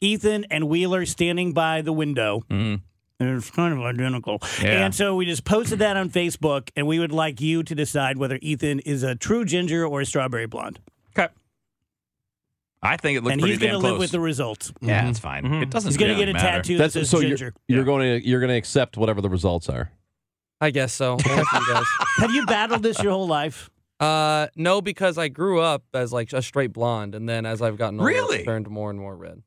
[SPEAKER 1] Ethan and Wheeler standing by the window. And Mm. It's kind of identical.
[SPEAKER 3] Yeah.
[SPEAKER 1] And so we just posted that on Facebook, and we would like you to decide whether Ethan is a true ginger or a strawberry blonde.
[SPEAKER 3] Okay. I think it looks
[SPEAKER 1] and
[SPEAKER 3] pretty
[SPEAKER 1] he's
[SPEAKER 3] damn
[SPEAKER 1] gonna
[SPEAKER 3] close. Mm-hmm.
[SPEAKER 1] live with the results.
[SPEAKER 3] yeah, it's fine. It doesn't.
[SPEAKER 1] Mm-hmm. He's going to
[SPEAKER 3] really
[SPEAKER 1] get a
[SPEAKER 3] matter.
[SPEAKER 1] tattoo that says
[SPEAKER 2] That's so you're,
[SPEAKER 1] ginger.
[SPEAKER 2] you're going to you're going to accept whatever the results are.
[SPEAKER 6] I guess so. Only for you guys.
[SPEAKER 1] Have you battled this your whole life?
[SPEAKER 6] Uh, no, because I grew up as like a straight blonde, and then as I've gotten older,
[SPEAKER 3] Really?
[SPEAKER 6] it's turned more and more red.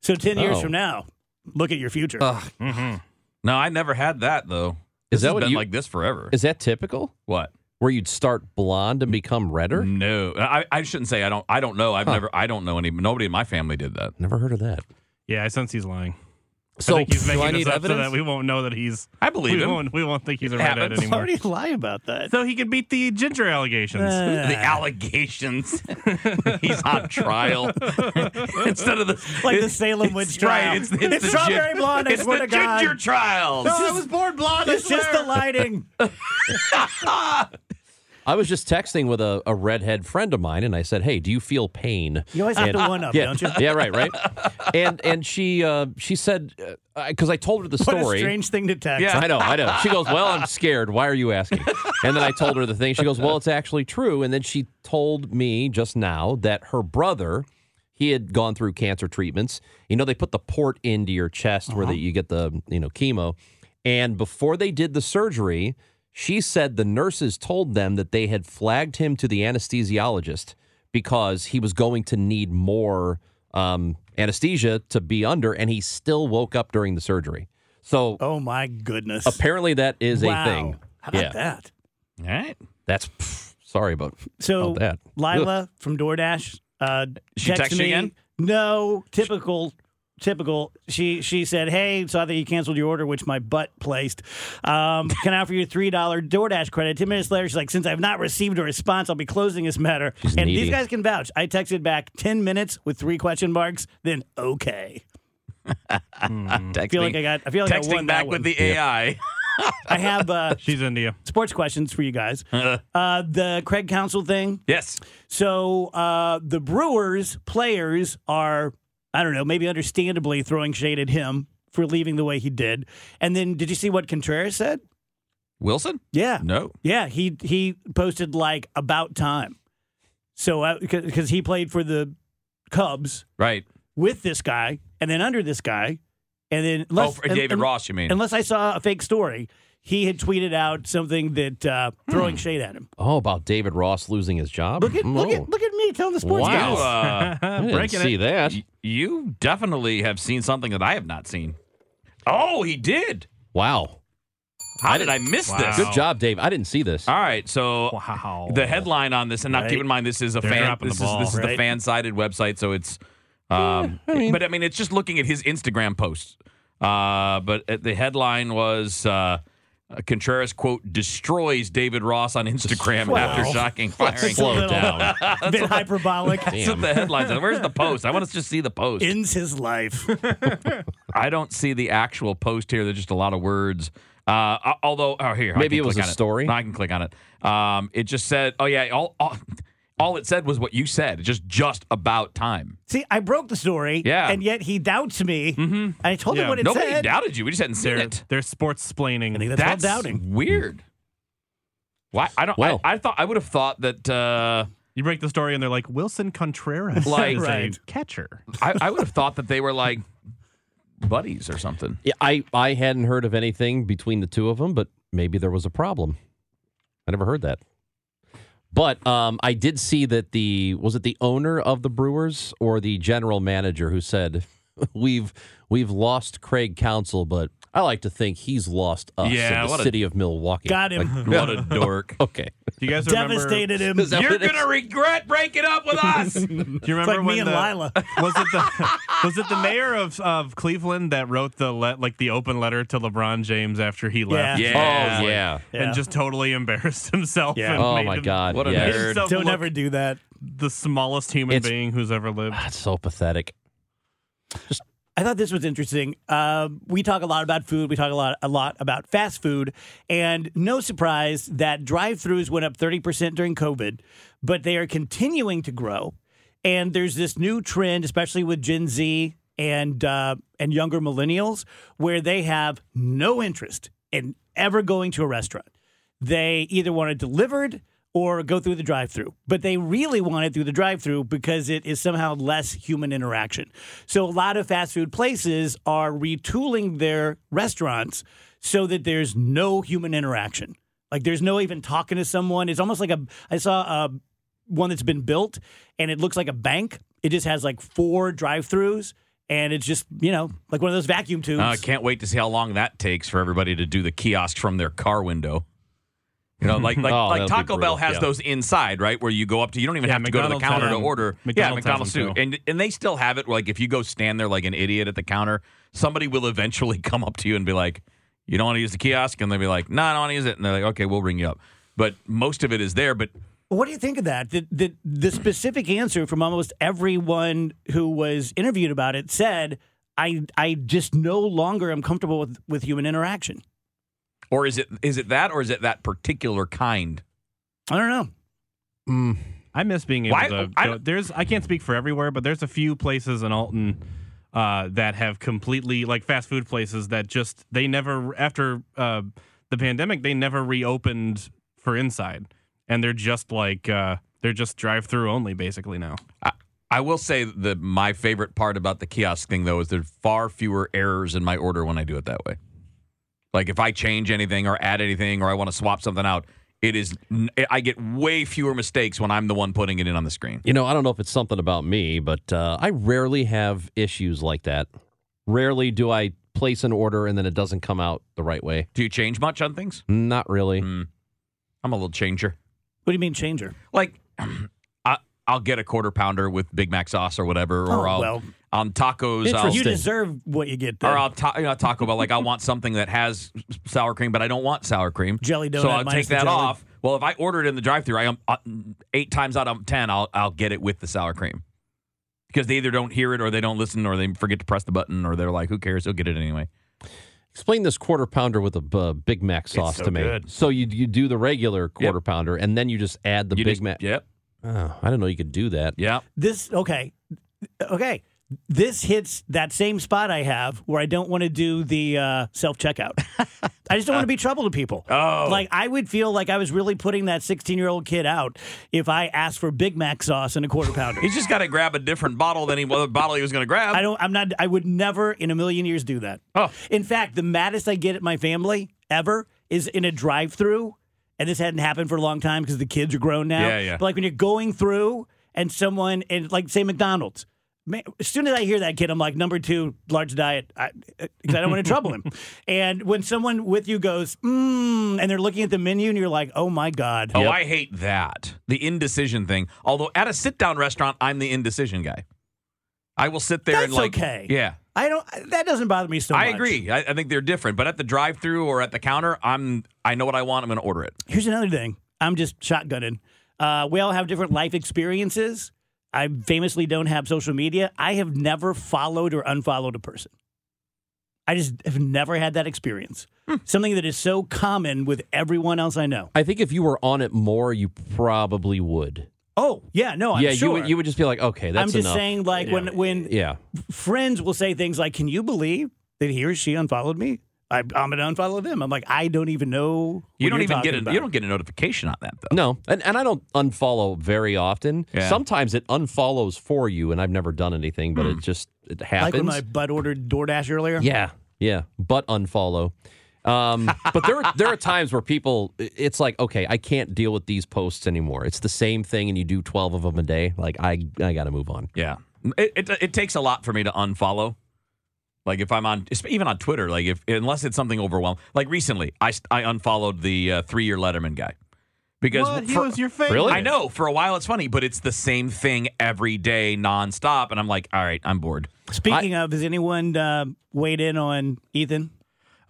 [SPEAKER 1] So 10 years
[SPEAKER 2] Oh.
[SPEAKER 1] from now, look at your future.
[SPEAKER 6] Ugh,
[SPEAKER 3] Mm-hmm. No, I never had that though.
[SPEAKER 2] Is
[SPEAKER 3] This
[SPEAKER 2] that
[SPEAKER 3] has
[SPEAKER 2] what
[SPEAKER 3] been
[SPEAKER 2] you-
[SPEAKER 3] like this forever?
[SPEAKER 2] Is that typical?
[SPEAKER 3] what?
[SPEAKER 2] Where you'd start blonde and become redder?
[SPEAKER 3] No, I, I shouldn't say I don't. I don't know. I've never. I don't know any. Nobody in my family did that.
[SPEAKER 2] Never heard of that.
[SPEAKER 4] Yeah, I sense he's lying. So I think he's
[SPEAKER 6] do I
[SPEAKER 4] making
[SPEAKER 6] need
[SPEAKER 4] this up
[SPEAKER 6] evidence?
[SPEAKER 4] so that we won't know that he's.
[SPEAKER 3] I believe
[SPEAKER 4] we
[SPEAKER 3] him.
[SPEAKER 4] Won't, we won't think he's a
[SPEAKER 3] It
[SPEAKER 4] redhead
[SPEAKER 3] happens.
[SPEAKER 4] anymore.
[SPEAKER 3] Already
[SPEAKER 1] lie about that.
[SPEAKER 4] So he can beat the ginger allegations.
[SPEAKER 3] Uh. The allegations. He's on trial instead of the
[SPEAKER 1] Like the Salem witch
[SPEAKER 3] it's-
[SPEAKER 1] trial.
[SPEAKER 3] Right, it's, it's,
[SPEAKER 1] It's
[SPEAKER 3] the
[SPEAKER 1] strawberry
[SPEAKER 3] gin-
[SPEAKER 1] blonde, I
[SPEAKER 3] It's
[SPEAKER 1] swear
[SPEAKER 3] the
[SPEAKER 1] to God.
[SPEAKER 3] ginger trials.
[SPEAKER 1] No, I was
[SPEAKER 3] born blonde.
[SPEAKER 1] It's just the lighting.
[SPEAKER 2] I was just texting with a, a redhead friend of mine, and I said, "Hey, do you feel pain?"
[SPEAKER 1] You always have to one-up,
[SPEAKER 2] yeah,
[SPEAKER 1] don't you?
[SPEAKER 2] Yeah, right, right. And and she uh, she said because I told her the
[SPEAKER 1] What
[SPEAKER 2] story.
[SPEAKER 1] a strange thing to text.
[SPEAKER 2] I know, I know. She goes, "Well, I'm scared. Why are you asking?" And then I told her the thing. She goes, "Well, it's actually true." And then she told me just now that her brother, he had gone through cancer treatments. You know, they put the port into your chest where the, you get the you know chemo, and before they did the surgery, she said the nurses told them that they had flagged him to the anesthesiologist because he was going to need more um, anesthesia to be under, and he still woke up during the surgery. So,
[SPEAKER 1] oh my goodness!
[SPEAKER 2] Apparently, that is
[SPEAKER 1] Wow.
[SPEAKER 2] a thing.
[SPEAKER 1] How about
[SPEAKER 2] yeah,
[SPEAKER 1] that?
[SPEAKER 3] All right.
[SPEAKER 2] that's pff, sorry about
[SPEAKER 1] So
[SPEAKER 2] about that.
[SPEAKER 1] Lila from DoorDash uh,
[SPEAKER 2] She
[SPEAKER 1] texted
[SPEAKER 2] text you
[SPEAKER 1] me.
[SPEAKER 2] again?
[SPEAKER 1] No, typical. Typical. She she said, "Hey, saw that you canceled your order, which my butt placed. Um, can I offer you a three dollar DoorDash credit?" Ten minutes later, she's like, "Since I've not received a response, I'll be closing this matter." and
[SPEAKER 2] needy.
[SPEAKER 1] these guys can vouch. I texted back ten minutes with three question marks, then okay.
[SPEAKER 4] Hmm.
[SPEAKER 3] texting,
[SPEAKER 1] feel like I got- I feel like I
[SPEAKER 3] texting
[SPEAKER 1] won that
[SPEAKER 3] back
[SPEAKER 1] one.
[SPEAKER 3] with the
[SPEAKER 1] Yeah.
[SPEAKER 3] AI.
[SPEAKER 1] I have uh,
[SPEAKER 4] She's India.
[SPEAKER 1] sports questions for you guys. Uh, the Craig Council thing.
[SPEAKER 3] Yes.
[SPEAKER 1] So uh, the Brewers players are, I don't know, maybe understandably throwing shade at him for leaving the way he did. And then did you see what Contreras said?
[SPEAKER 3] Wilson?
[SPEAKER 1] Yeah.
[SPEAKER 3] No.
[SPEAKER 1] Yeah, he he posted like about time. So because he played for the Cubs
[SPEAKER 3] Right.
[SPEAKER 1] with this guy and then under this guy and then
[SPEAKER 3] oh,
[SPEAKER 1] unless,
[SPEAKER 3] for David
[SPEAKER 1] un-
[SPEAKER 3] Ross, you mean?
[SPEAKER 1] unless I saw a fake story, he had tweeted out something that uh,
[SPEAKER 3] Hmm.
[SPEAKER 1] throwing shade at him.
[SPEAKER 2] Oh, about David Ross losing his job.
[SPEAKER 1] Look at look
[SPEAKER 2] Oh. Uh,
[SPEAKER 1] at look at me telling the sports guy.
[SPEAKER 3] wow.
[SPEAKER 2] I didn't
[SPEAKER 3] breaking
[SPEAKER 2] see that.
[SPEAKER 3] Y- You definitely have seen something that I have not seen. Oh, he did.
[SPEAKER 2] Wow.
[SPEAKER 3] How did I miss this?
[SPEAKER 2] Good job, Dave. I didn't see this.
[SPEAKER 3] All right, so
[SPEAKER 4] Wow.
[SPEAKER 3] the headline on this, and now
[SPEAKER 1] Right.
[SPEAKER 3] keep in mind this is a
[SPEAKER 4] They're
[SPEAKER 3] fan.
[SPEAKER 4] dropping the
[SPEAKER 3] This is this
[SPEAKER 4] ball.
[SPEAKER 3] is the
[SPEAKER 1] Right.
[SPEAKER 3] fan sided website, so it's. Um, but I mean, it's just looking at his Instagram posts. Uh, but uh, the headline was uh, Contreras quote destroys David Ross on Instagram
[SPEAKER 1] Wow.
[SPEAKER 3] after shocking firing.
[SPEAKER 2] Slow
[SPEAKER 1] little-
[SPEAKER 2] down.
[SPEAKER 1] A bit hyperbolic.
[SPEAKER 3] That's what the headline said. Where's the post? I want us to see the post.
[SPEAKER 1] Ends his life.
[SPEAKER 3] I don't see the actual post here. There's just a lot of words. Uh, al- although, oh, here. I
[SPEAKER 2] Maybe
[SPEAKER 3] can
[SPEAKER 2] it was
[SPEAKER 3] click
[SPEAKER 2] a
[SPEAKER 3] on
[SPEAKER 2] story?
[SPEAKER 3] No, I can click on it. Um, it just said, oh, yeah, all, all, all it said was what you said. It's Just, just about time.
[SPEAKER 1] See, I broke the story,
[SPEAKER 3] Yeah. Mm-hmm.
[SPEAKER 1] and yet he doubts me. And I told him
[SPEAKER 4] Yeah.
[SPEAKER 1] what it
[SPEAKER 3] Nobody
[SPEAKER 1] said.
[SPEAKER 3] doubted you. We just hadn't seen
[SPEAKER 4] They're,
[SPEAKER 3] it.
[SPEAKER 4] they're sports
[SPEAKER 1] I
[SPEAKER 4] splaining.
[SPEAKER 1] think that's,
[SPEAKER 3] That's
[SPEAKER 1] all doubting.
[SPEAKER 3] weird. Why? I don't.
[SPEAKER 2] Well.
[SPEAKER 3] I, I thought I would have thought that. Uh,
[SPEAKER 4] You break the story and they're like Wilson Contreras,
[SPEAKER 3] Like-
[SPEAKER 4] is a
[SPEAKER 1] Right.
[SPEAKER 4] catcher.
[SPEAKER 3] I, I would have thought that they were like buddies or something.
[SPEAKER 2] Yeah, I I hadn't heard of anything between the two of them, but maybe there was a problem. I never heard that. But um, I did see that the was it the owner of the Brewers or the general manager who said we've we've lost Craig Council, but I like to think he's lost us
[SPEAKER 3] Yeah,
[SPEAKER 2] in
[SPEAKER 3] what
[SPEAKER 2] the
[SPEAKER 3] a-
[SPEAKER 2] city of Milwaukee.
[SPEAKER 1] Got him.
[SPEAKER 3] What a dork!
[SPEAKER 2] Okay,
[SPEAKER 4] Do you guys remember?
[SPEAKER 1] Devastated him.
[SPEAKER 2] Is that
[SPEAKER 3] You're
[SPEAKER 2] what it is?
[SPEAKER 3] gonna regret breaking up with us.
[SPEAKER 4] Do you
[SPEAKER 1] It's
[SPEAKER 4] remember
[SPEAKER 1] like
[SPEAKER 4] when
[SPEAKER 1] me and
[SPEAKER 4] the,
[SPEAKER 1] Lila.
[SPEAKER 4] was it the was it the mayor of, of Cleveland that wrote the le- like the open letter to LeBron James after he left?
[SPEAKER 1] Yeah.
[SPEAKER 3] Yeah.
[SPEAKER 2] Oh yeah.
[SPEAKER 1] Yeah.
[SPEAKER 4] and just totally embarrassed himself.
[SPEAKER 1] Yeah.
[SPEAKER 4] and
[SPEAKER 2] Oh
[SPEAKER 4] made
[SPEAKER 2] my
[SPEAKER 4] him
[SPEAKER 2] God.
[SPEAKER 3] What a
[SPEAKER 2] yes.
[SPEAKER 3] nerd.
[SPEAKER 4] himself
[SPEAKER 1] Don't
[SPEAKER 4] look
[SPEAKER 1] ever do that.
[SPEAKER 4] the smallest human
[SPEAKER 2] It's-
[SPEAKER 4] being who's ever lived.
[SPEAKER 2] That's so pathetic.
[SPEAKER 1] I thought this was interesting. Um, we talk a lot about food. We talk a lot, a lot about fast food, and no surprise that drive-throughs went up thirty percent during COVID, but they are continuing to grow. And there's this new trend, especially with Gen Z and uh, and younger millennials, where they have no interest in ever going to a restaurant. They either want it delivered or go through the drive through. But they really want it through the drive through because it is somehow less human interaction. So a lot of fast food places are retooling their restaurants so that there's no human interaction. Like there's no even talking to someone. It's almost like a I saw a one that's been built and it looks like a bank. It just has like four drive throughs and it's just, you know, like one of those vacuum
[SPEAKER 3] Uh,
[SPEAKER 1] tubes.
[SPEAKER 3] I can't wait to see how long that takes for everybody to do the kiosk from their car window. You know, like like,
[SPEAKER 2] Oh,
[SPEAKER 3] like
[SPEAKER 2] that'll be
[SPEAKER 3] Taco Bell
[SPEAKER 2] brutal,
[SPEAKER 3] has
[SPEAKER 2] yeah.
[SPEAKER 3] those inside, right? Where you go up to, you don't even
[SPEAKER 4] Yeah,
[SPEAKER 3] have to go to
[SPEAKER 4] McDonald's
[SPEAKER 3] the counter
[SPEAKER 4] has
[SPEAKER 3] to
[SPEAKER 4] them.
[SPEAKER 3] order. yeah,
[SPEAKER 4] McDonald's has
[SPEAKER 3] McDonald's
[SPEAKER 4] them
[SPEAKER 3] too,
[SPEAKER 4] too.
[SPEAKER 3] and and they still have it. Like if you go stand there like an idiot at the counter, somebody will eventually come up to you and be like, "You don't want to use the kiosk," and they'll be like, "No, I don't want to use it," and they're like, "Okay, we'll ring you up." But most of it is there. But
[SPEAKER 1] What do you think of that? The, the, the specific answer from almost everyone who was interviewed about it said, I, I just no longer am comfortable with, with human interaction.
[SPEAKER 3] or is it is it that or is it that particular kind?
[SPEAKER 1] I don't know.
[SPEAKER 4] I miss being able
[SPEAKER 3] Why-
[SPEAKER 4] to.
[SPEAKER 3] I-
[SPEAKER 4] go- there's I can't speak for everywhere, but there's a few places in Alton uh, that have completely like fast food places that just they never after uh, the pandemic they never reopened for inside, and they're just like uh, they're just drive through only basically now.
[SPEAKER 3] I, I will say that my favorite part about the kiosk thing, though, is there are far fewer errors in my order when I do it that way. Like if I change anything or add anything or I want to swap something out, it is n- I get way fewer mistakes when I'm the one putting it in on the screen.
[SPEAKER 2] You know, I don't know if it's something about me, but uh, I rarely have issues like that. Rarely do I place an order and then it doesn't come out the right way.
[SPEAKER 3] Do you change much on things? Hmm.
[SPEAKER 2] Not really.
[SPEAKER 3] I'm a little changer.
[SPEAKER 1] What do you mean, changer?
[SPEAKER 3] Like I, I'll get a quarter pounder with Big Mac sauce or whatever, or
[SPEAKER 1] Oh,
[SPEAKER 3] I'll
[SPEAKER 1] well.
[SPEAKER 3] on tacos. I'll,
[SPEAKER 1] You deserve what you get there.
[SPEAKER 3] Or I'll ta- you know, Taco Bell, like I want something that has sour cream, but I don't want sour cream.
[SPEAKER 1] Jelly donut
[SPEAKER 3] So I'll
[SPEAKER 1] minus
[SPEAKER 3] take
[SPEAKER 1] the
[SPEAKER 3] that
[SPEAKER 1] jelly.
[SPEAKER 3] off. Well, if I order it in the drive-thru, I am uh, eight times out of ten, I'll I'll get it with the sour cream because they either don't hear it or they don't listen or they forget to press the button or they're like, who cares? They'll get it anyway.
[SPEAKER 2] Explain this quarter pounder with a uh, Big Mac sauce
[SPEAKER 3] so
[SPEAKER 2] to me.
[SPEAKER 3] good.
[SPEAKER 2] So you you do the regular quarter pounder and then you just add the
[SPEAKER 3] You
[SPEAKER 2] Big
[SPEAKER 3] just-
[SPEAKER 2] Mac.
[SPEAKER 3] Yep.
[SPEAKER 2] Oh, I didn't know you could do that.
[SPEAKER 3] Yep.
[SPEAKER 1] this okay okay this hits that same spot i have where i don't want to do the uh, self-checkout i just don't want to be trouble to people
[SPEAKER 3] Oh.
[SPEAKER 1] like i would feel like i was really putting that 16 year old kid out if i asked for big mac sauce and a quarter pounder
[SPEAKER 3] He's just got to grab a different bottle than he well, the bottle he was going to grab.
[SPEAKER 1] i don't i'm not i would never in a million years do that
[SPEAKER 3] Oh.
[SPEAKER 1] in fact the maddest i get at my family ever is in a drive-through and this hadn't happened for a long time because the kids are grown now
[SPEAKER 3] Yeah, yeah.
[SPEAKER 1] but like when you're going through and someone and like say mcdonald's man, as soon as i hear that kid i'm like number two large diet because I, uh, 'cause I don't want to trouble him and when someone with you goes mm, and they're looking at the menu and you're like oh my god
[SPEAKER 3] Oh, I hate that. The indecision thing. Although at a sit down restaurant, I'm the indecision guy. I will sit there
[SPEAKER 1] that's
[SPEAKER 3] and like
[SPEAKER 1] okay
[SPEAKER 3] Yeah.
[SPEAKER 1] i don't that doesn't bother me so
[SPEAKER 3] I
[SPEAKER 1] much
[SPEAKER 3] agree. I, I think they're different, but at the drive-through or at the counter, I'm I know what I want. I'm going to order it.
[SPEAKER 1] Here's another thing. I'm just shotgunning. Uh, we all have different life experiences. I famously don't have social media. I have never followed or unfollowed a person. I just have never had that experience. Something that is so common with everyone else I know.
[SPEAKER 2] I think if you were on it more, you probably would.
[SPEAKER 1] Oh yeah, no, I'm
[SPEAKER 2] yeah, you
[SPEAKER 1] sure.
[SPEAKER 2] would, you would just be like, okay, that's
[SPEAKER 1] I'm just
[SPEAKER 2] enough.
[SPEAKER 1] saying, like when when
[SPEAKER 2] yeah.
[SPEAKER 1] friends will say things like, "Can you believe that he or she unfollowed me? I, I'm gonna unfollow them." I'm like, I don't even know.
[SPEAKER 3] You
[SPEAKER 1] what
[SPEAKER 3] don't
[SPEAKER 1] you're
[SPEAKER 3] even
[SPEAKER 1] talking
[SPEAKER 3] get a,
[SPEAKER 1] about.
[SPEAKER 3] you don't get a notification on that though.
[SPEAKER 2] No, and, and I don't unfollow very often.
[SPEAKER 3] Yeah.
[SPEAKER 2] Sometimes it unfollows for you, and I've never done anything,
[SPEAKER 4] Hmm.
[SPEAKER 2] but it just it
[SPEAKER 1] like when
[SPEAKER 2] happens.
[SPEAKER 1] my butt ordered DoorDash earlier.
[SPEAKER 2] yeah, yeah, but unfollow. Um, but there there are times where people, i- it's like, okay, I can't deal with these posts anymore. It's the same thing, and you do twelve of them a day. Like I I got to move on.
[SPEAKER 3] Yeah, it, it it takes a lot for me to unfollow. Like if I'm on even on Twitter, like if unless it's something overwhelming. Like recently, I s- I unfollowed the uh, three-year Letterman guy because
[SPEAKER 4] What? He
[SPEAKER 3] for-
[SPEAKER 4] was your favorite.
[SPEAKER 3] I know for a while it's funny, but it's the same thing every day, nonstop, and I'm like, all right, I'm bored.
[SPEAKER 1] Speaking of, has anyone uh, weighed in on Ethan?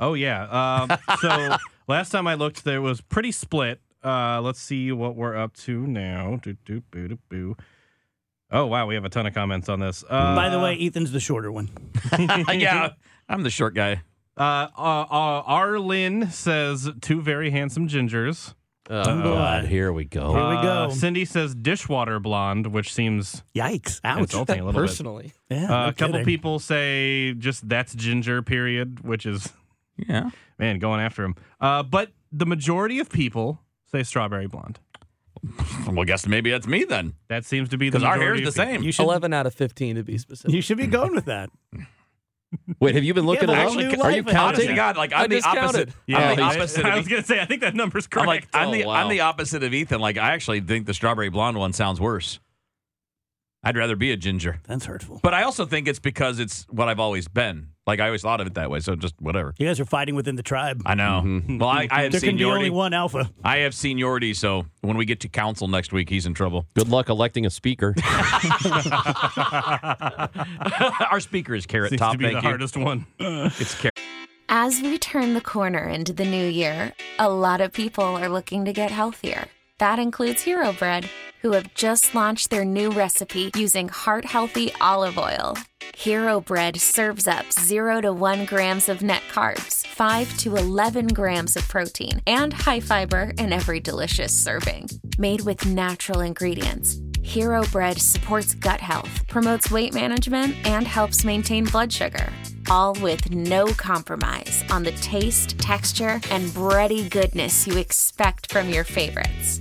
[SPEAKER 4] Oh yeah. Um, so last time I looked, there was pretty split. Uh, let's see what we're up to now. Doo, doo, boo, doo, boo. Oh wow, we have a ton of comments on this. Uh,
[SPEAKER 1] By the way, Ethan's the shorter one.
[SPEAKER 3] yeah, I'm the short guy.
[SPEAKER 4] uh, uh, uh, Arlyn says two very handsome gingers.
[SPEAKER 2] Oh,
[SPEAKER 1] Oh,
[SPEAKER 2] God,
[SPEAKER 1] boy.
[SPEAKER 2] here we go.
[SPEAKER 1] Here we
[SPEAKER 4] Uh,
[SPEAKER 1] go.
[SPEAKER 4] Cindy says dishwater blonde, which seems
[SPEAKER 1] Yikes! Ouch!
[SPEAKER 4] insulting a little
[SPEAKER 6] personally.
[SPEAKER 1] Yeah,
[SPEAKER 4] bit.
[SPEAKER 1] no
[SPEAKER 4] Uh, a couple
[SPEAKER 1] kidding.
[SPEAKER 4] people say just that's ginger. Period, which is
[SPEAKER 3] Yeah,
[SPEAKER 4] man going after him. Uh, but the majority of people say strawberry blonde.
[SPEAKER 3] well, I guess maybe that's me then
[SPEAKER 4] That seems to be the
[SPEAKER 3] because our
[SPEAKER 4] majority
[SPEAKER 3] hair's the
[SPEAKER 4] of people.
[SPEAKER 3] same.
[SPEAKER 1] You should
[SPEAKER 6] 11 out of 15 to be specific.
[SPEAKER 1] you should be going with that.
[SPEAKER 2] Wait, have you been looking
[SPEAKER 1] but
[SPEAKER 2] at
[SPEAKER 1] actually,
[SPEAKER 2] Are you
[SPEAKER 1] life out
[SPEAKER 3] Honest
[SPEAKER 1] there.
[SPEAKER 2] counting?
[SPEAKER 3] to God, like
[SPEAKER 6] I
[SPEAKER 3] I'm the
[SPEAKER 6] just counted.
[SPEAKER 3] opposite.
[SPEAKER 4] Yeah,
[SPEAKER 3] I'm the
[SPEAKER 4] I-
[SPEAKER 3] opposite.
[SPEAKER 4] I
[SPEAKER 3] of
[SPEAKER 4] was
[SPEAKER 3] you.
[SPEAKER 4] gonna say, I think that number's
[SPEAKER 3] I'm
[SPEAKER 4] correct.
[SPEAKER 3] like I'm the
[SPEAKER 2] Oh,
[SPEAKER 3] I'm
[SPEAKER 2] wow.
[SPEAKER 3] the opposite of Ethan. Like I actually think the strawberry blonde one sounds worse. I'd rather be a ginger,
[SPEAKER 1] That's hurtful.
[SPEAKER 3] but I also think it's because it's what I've always been. Like I always thought of it that way. So just whatever.
[SPEAKER 1] You guys are fighting within the tribe.
[SPEAKER 3] I know.
[SPEAKER 2] Mm-hmm.
[SPEAKER 3] Well, I, I have
[SPEAKER 1] there can be
[SPEAKER 3] seniority.
[SPEAKER 1] only one alpha.
[SPEAKER 3] I have seniority, so when we get to council next week, he's in trouble.
[SPEAKER 2] Good luck electing a speaker.
[SPEAKER 3] Our speaker is Carrot
[SPEAKER 4] Seems
[SPEAKER 3] Top.
[SPEAKER 4] to be
[SPEAKER 3] thank
[SPEAKER 4] the
[SPEAKER 3] you.
[SPEAKER 4] hardest one.
[SPEAKER 3] it's Carrot.
[SPEAKER 9] As we turn the corner into the new year, a lot of people are looking to get healthier. That includes Hero Bread, who have just launched their new recipe using heart healthy olive oil. Hero Bread serves up 0 to 1 grams of net carbs, 5 to 11 grams of protein, and high fiber in every delicious serving. Made with natural ingredients, Hero Bread supports gut health, promotes weight management, and helps maintain blood sugar. All with no compromise on the taste, texture, and bready goodness you expect from your favorites.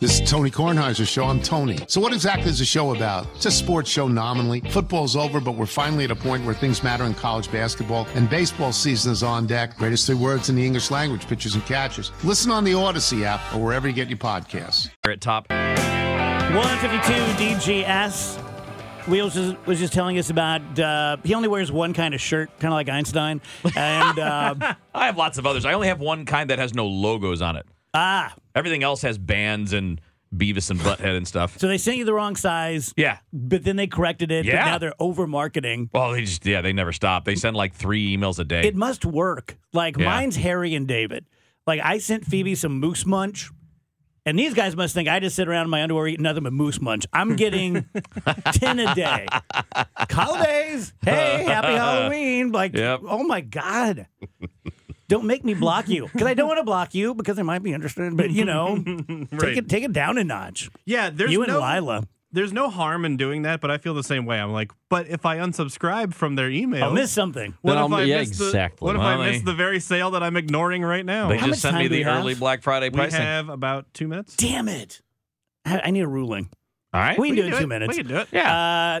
[SPEAKER 10] This is Tony Kornheiser's show. I'm Tony. So, what exactly is the show about? It's a sports show nominally. Football's over, but we're finally at a point where things matter in college basketball, and baseball season is on deck. Greatest three words in the English language pitchers and catches. Listen on the Odyssey app or wherever you get your podcasts.
[SPEAKER 3] Carrot Top.
[SPEAKER 1] 152 DGS. Wheels is- was just telling us about uh, he only wears one kind of shirt, kind of like Einstein. And uh,
[SPEAKER 3] I have lots of others. I only have one kind that has no logos on it.
[SPEAKER 1] Ah.
[SPEAKER 3] Everything else has bands and Beavis and Butthead and stuff.
[SPEAKER 1] so they sent you the wrong size.
[SPEAKER 3] Yeah.
[SPEAKER 1] But then they corrected it.
[SPEAKER 3] Yeah.
[SPEAKER 1] But now they're over marketing.
[SPEAKER 3] Well, they just yeah, they never stop. They send like three emails a day.
[SPEAKER 1] It must work. Like
[SPEAKER 3] Yeah.
[SPEAKER 1] mine's Harry and David. Like I sent Phoebe some moose munch. And these guys must think I just sit around in my underwear eating nothing but moose munch. I'm getting 10 a day. Holidays. Hey, happy Halloween. Like,
[SPEAKER 3] Yep.
[SPEAKER 1] oh my God. Don't make me block you because I don't want to block you because I might be interested. But, you know, take,
[SPEAKER 4] Right.
[SPEAKER 1] it, take it down a notch.
[SPEAKER 4] Yeah, there's
[SPEAKER 1] You and
[SPEAKER 4] no,
[SPEAKER 1] Lila.
[SPEAKER 4] There's no harm in doing that, but I feel the same way. I'm like, but if I unsubscribe from their email,
[SPEAKER 1] I'll miss something.
[SPEAKER 4] What
[SPEAKER 2] Then
[SPEAKER 4] if
[SPEAKER 2] I'll-
[SPEAKER 4] I
[SPEAKER 2] yeah,
[SPEAKER 4] miss the,
[SPEAKER 2] exactly.
[SPEAKER 4] What if
[SPEAKER 2] Well,
[SPEAKER 4] I miss
[SPEAKER 2] they-
[SPEAKER 4] the very sale that I'm ignoring right now?
[SPEAKER 3] They
[SPEAKER 1] How much
[SPEAKER 3] just sent
[SPEAKER 1] time
[SPEAKER 3] me
[SPEAKER 1] do we
[SPEAKER 3] the
[SPEAKER 1] have?
[SPEAKER 3] early Black Friday
[SPEAKER 4] we
[SPEAKER 3] pricing.
[SPEAKER 4] have about two minutes.
[SPEAKER 1] Damn it. I, I need a ruling.
[SPEAKER 3] All right.
[SPEAKER 1] We can do it
[SPEAKER 4] can
[SPEAKER 1] in
[SPEAKER 4] do
[SPEAKER 1] two
[SPEAKER 4] it.
[SPEAKER 1] minutes.
[SPEAKER 4] We can do it.
[SPEAKER 1] Yeah. Uh,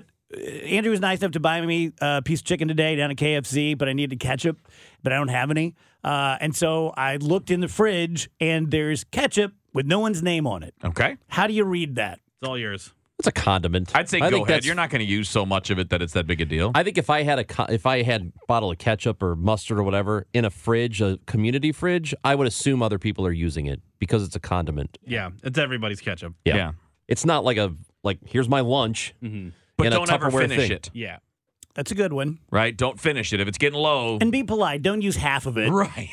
[SPEAKER 1] Andrew was nice enough to buy me a piece of chicken today down at KFC, but I needed ketchup, but I don't have any. Uh, and so I looked in the fridge, and there's ketchup with no one's name on it.
[SPEAKER 3] Okay.
[SPEAKER 1] How do you read that?
[SPEAKER 4] It's all yours.
[SPEAKER 2] It's a condiment.
[SPEAKER 3] I'd say
[SPEAKER 2] I
[SPEAKER 3] go
[SPEAKER 2] think
[SPEAKER 3] ahead.
[SPEAKER 2] that's-
[SPEAKER 3] You're not going to use so much of it that it's that big a deal.
[SPEAKER 2] I think if I had a co- if I had a bottle of ketchup or mustard or whatever in a fridge, a community fridge, I would assume other people are using it because it's a condiment.
[SPEAKER 4] Yeah, it's everybody's ketchup.
[SPEAKER 2] Yeah.
[SPEAKER 3] Yeah.
[SPEAKER 2] It's not like a like here's my lunch.
[SPEAKER 4] Mhm.
[SPEAKER 3] But
[SPEAKER 2] in a
[SPEAKER 3] don't ever
[SPEAKER 2] Tupperware
[SPEAKER 3] finish
[SPEAKER 2] thing.
[SPEAKER 3] it.
[SPEAKER 4] Yeah.
[SPEAKER 1] That's a good one.
[SPEAKER 3] Right? Don't finish it if it's getting low.
[SPEAKER 1] And be polite. Don't use half of it.
[SPEAKER 3] Right.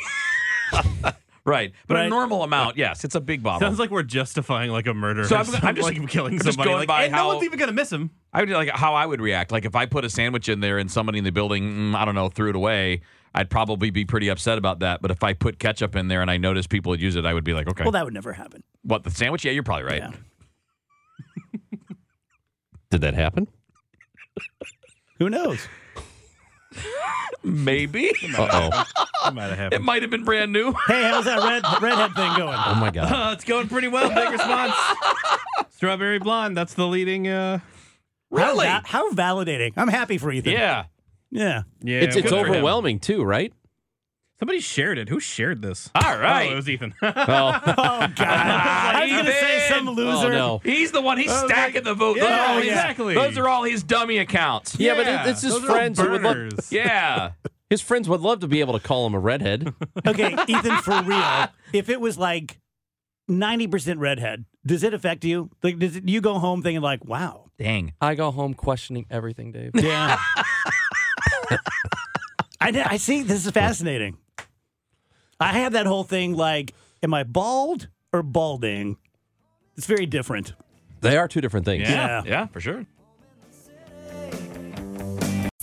[SPEAKER 3] right. But
[SPEAKER 1] Right.
[SPEAKER 3] a normal amount, yes, it's a big bottle.
[SPEAKER 4] Sounds like we're justifying like a murder.
[SPEAKER 3] So
[SPEAKER 4] or
[SPEAKER 3] I'm- I'm
[SPEAKER 4] something,
[SPEAKER 3] just-
[SPEAKER 4] like killing
[SPEAKER 3] I'm just
[SPEAKER 4] somebody.
[SPEAKER 3] going
[SPEAKER 4] like,
[SPEAKER 3] by
[SPEAKER 4] and
[SPEAKER 3] how-
[SPEAKER 4] no one's even gonna miss him.
[SPEAKER 3] I would like how I would react. Like if I put a sandwich in there and somebody in the building, mm, I don't know, threw it away, I'd probably be pretty upset about that. But if I put ketchup in there and I noticed people would use it, I would be like, okay,
[SPEAKER 1] Well, that would never happen.
[SPEAKER 3] what the sandwich? Yeah, you're probably right.
[SPEAKER 1] Yeah.
[SPEAKER 2] Did that happen?
[SPEAKER 1] Who knows?
[SPEAKER 3] Maybe
[SPEAKER 2] Uh oh.
[SPEAKER 4] It might have
[SPEAKER 3] it
[SPEAKER 4] happened.
[SPEAKER 3] might have been brand new.
[SPEAKER 1] Hey, how's that red redhead thing going?
[SPEAKER 2] Oh my god.
[SPEAKER 4] Uh, it's going pretty well. Big response. Strawberry blonde. That's the leading. Uh,
[SPEAKER 1] How, va- how validating. I'm happy for Ethan.
[SPEAKER 3] Yeah.
[SPEAKER 1] Yeah.
[SPEAKER 4] yeah.
[SPEAKER 2] it's it's
[SPEAKER 3] good for him.
[SPEAKER 2] overwhelming too, right?
[SPEAKER 4] Somebody shared it. Who shared this?
[SPEAKER 3] All right.
[SPEAKER 4] Oh, it was Ethan.
[SPEAKER 2] Oh,
[SPEAKER 1] Oh, God. I was going to say
[SPEAKER 3] Ethan.
[SPEAKER 1] some loser. Oh,
[SPEAKER 2] no.
[SPEAKER 3] He's the one. He's stacking the vote. Those
[SPEAKER 4] yeah,
[SPEAKER 3] are all his-
[SPEAKER 4] exactly.
[SPEAKER 3] those are all his dummy accounts.
[SPEAKER 2] Yeah, but it- it's his
[SPEAKER 4] those are all
[SPEAKER 2] friends who would love-
[SPEAKER 4] burners.
[SPEAKER 3] Yeah.
[SPEAKER 2] His friends would love to be able to call him a redhead.
[SPEAKER 1] Okay, Ethan, for real, if it was like 90% redhead, does it affect you? Like, does it, you go home thinking, like, wow.
[SPEAKER 3] Dang.
[SPEAKER 6] I go home questioning everything, Dave.
[SPEAKER 1] Yeah. I, know- I see. This is fascinating. I have that whole thing like, am I bald or balding? It's very different.
[SPEAKER 2] They are two different things.
[SPEAKER 1] Yeah.
[SPEAKER 3] Yeah. Yeah, for sure.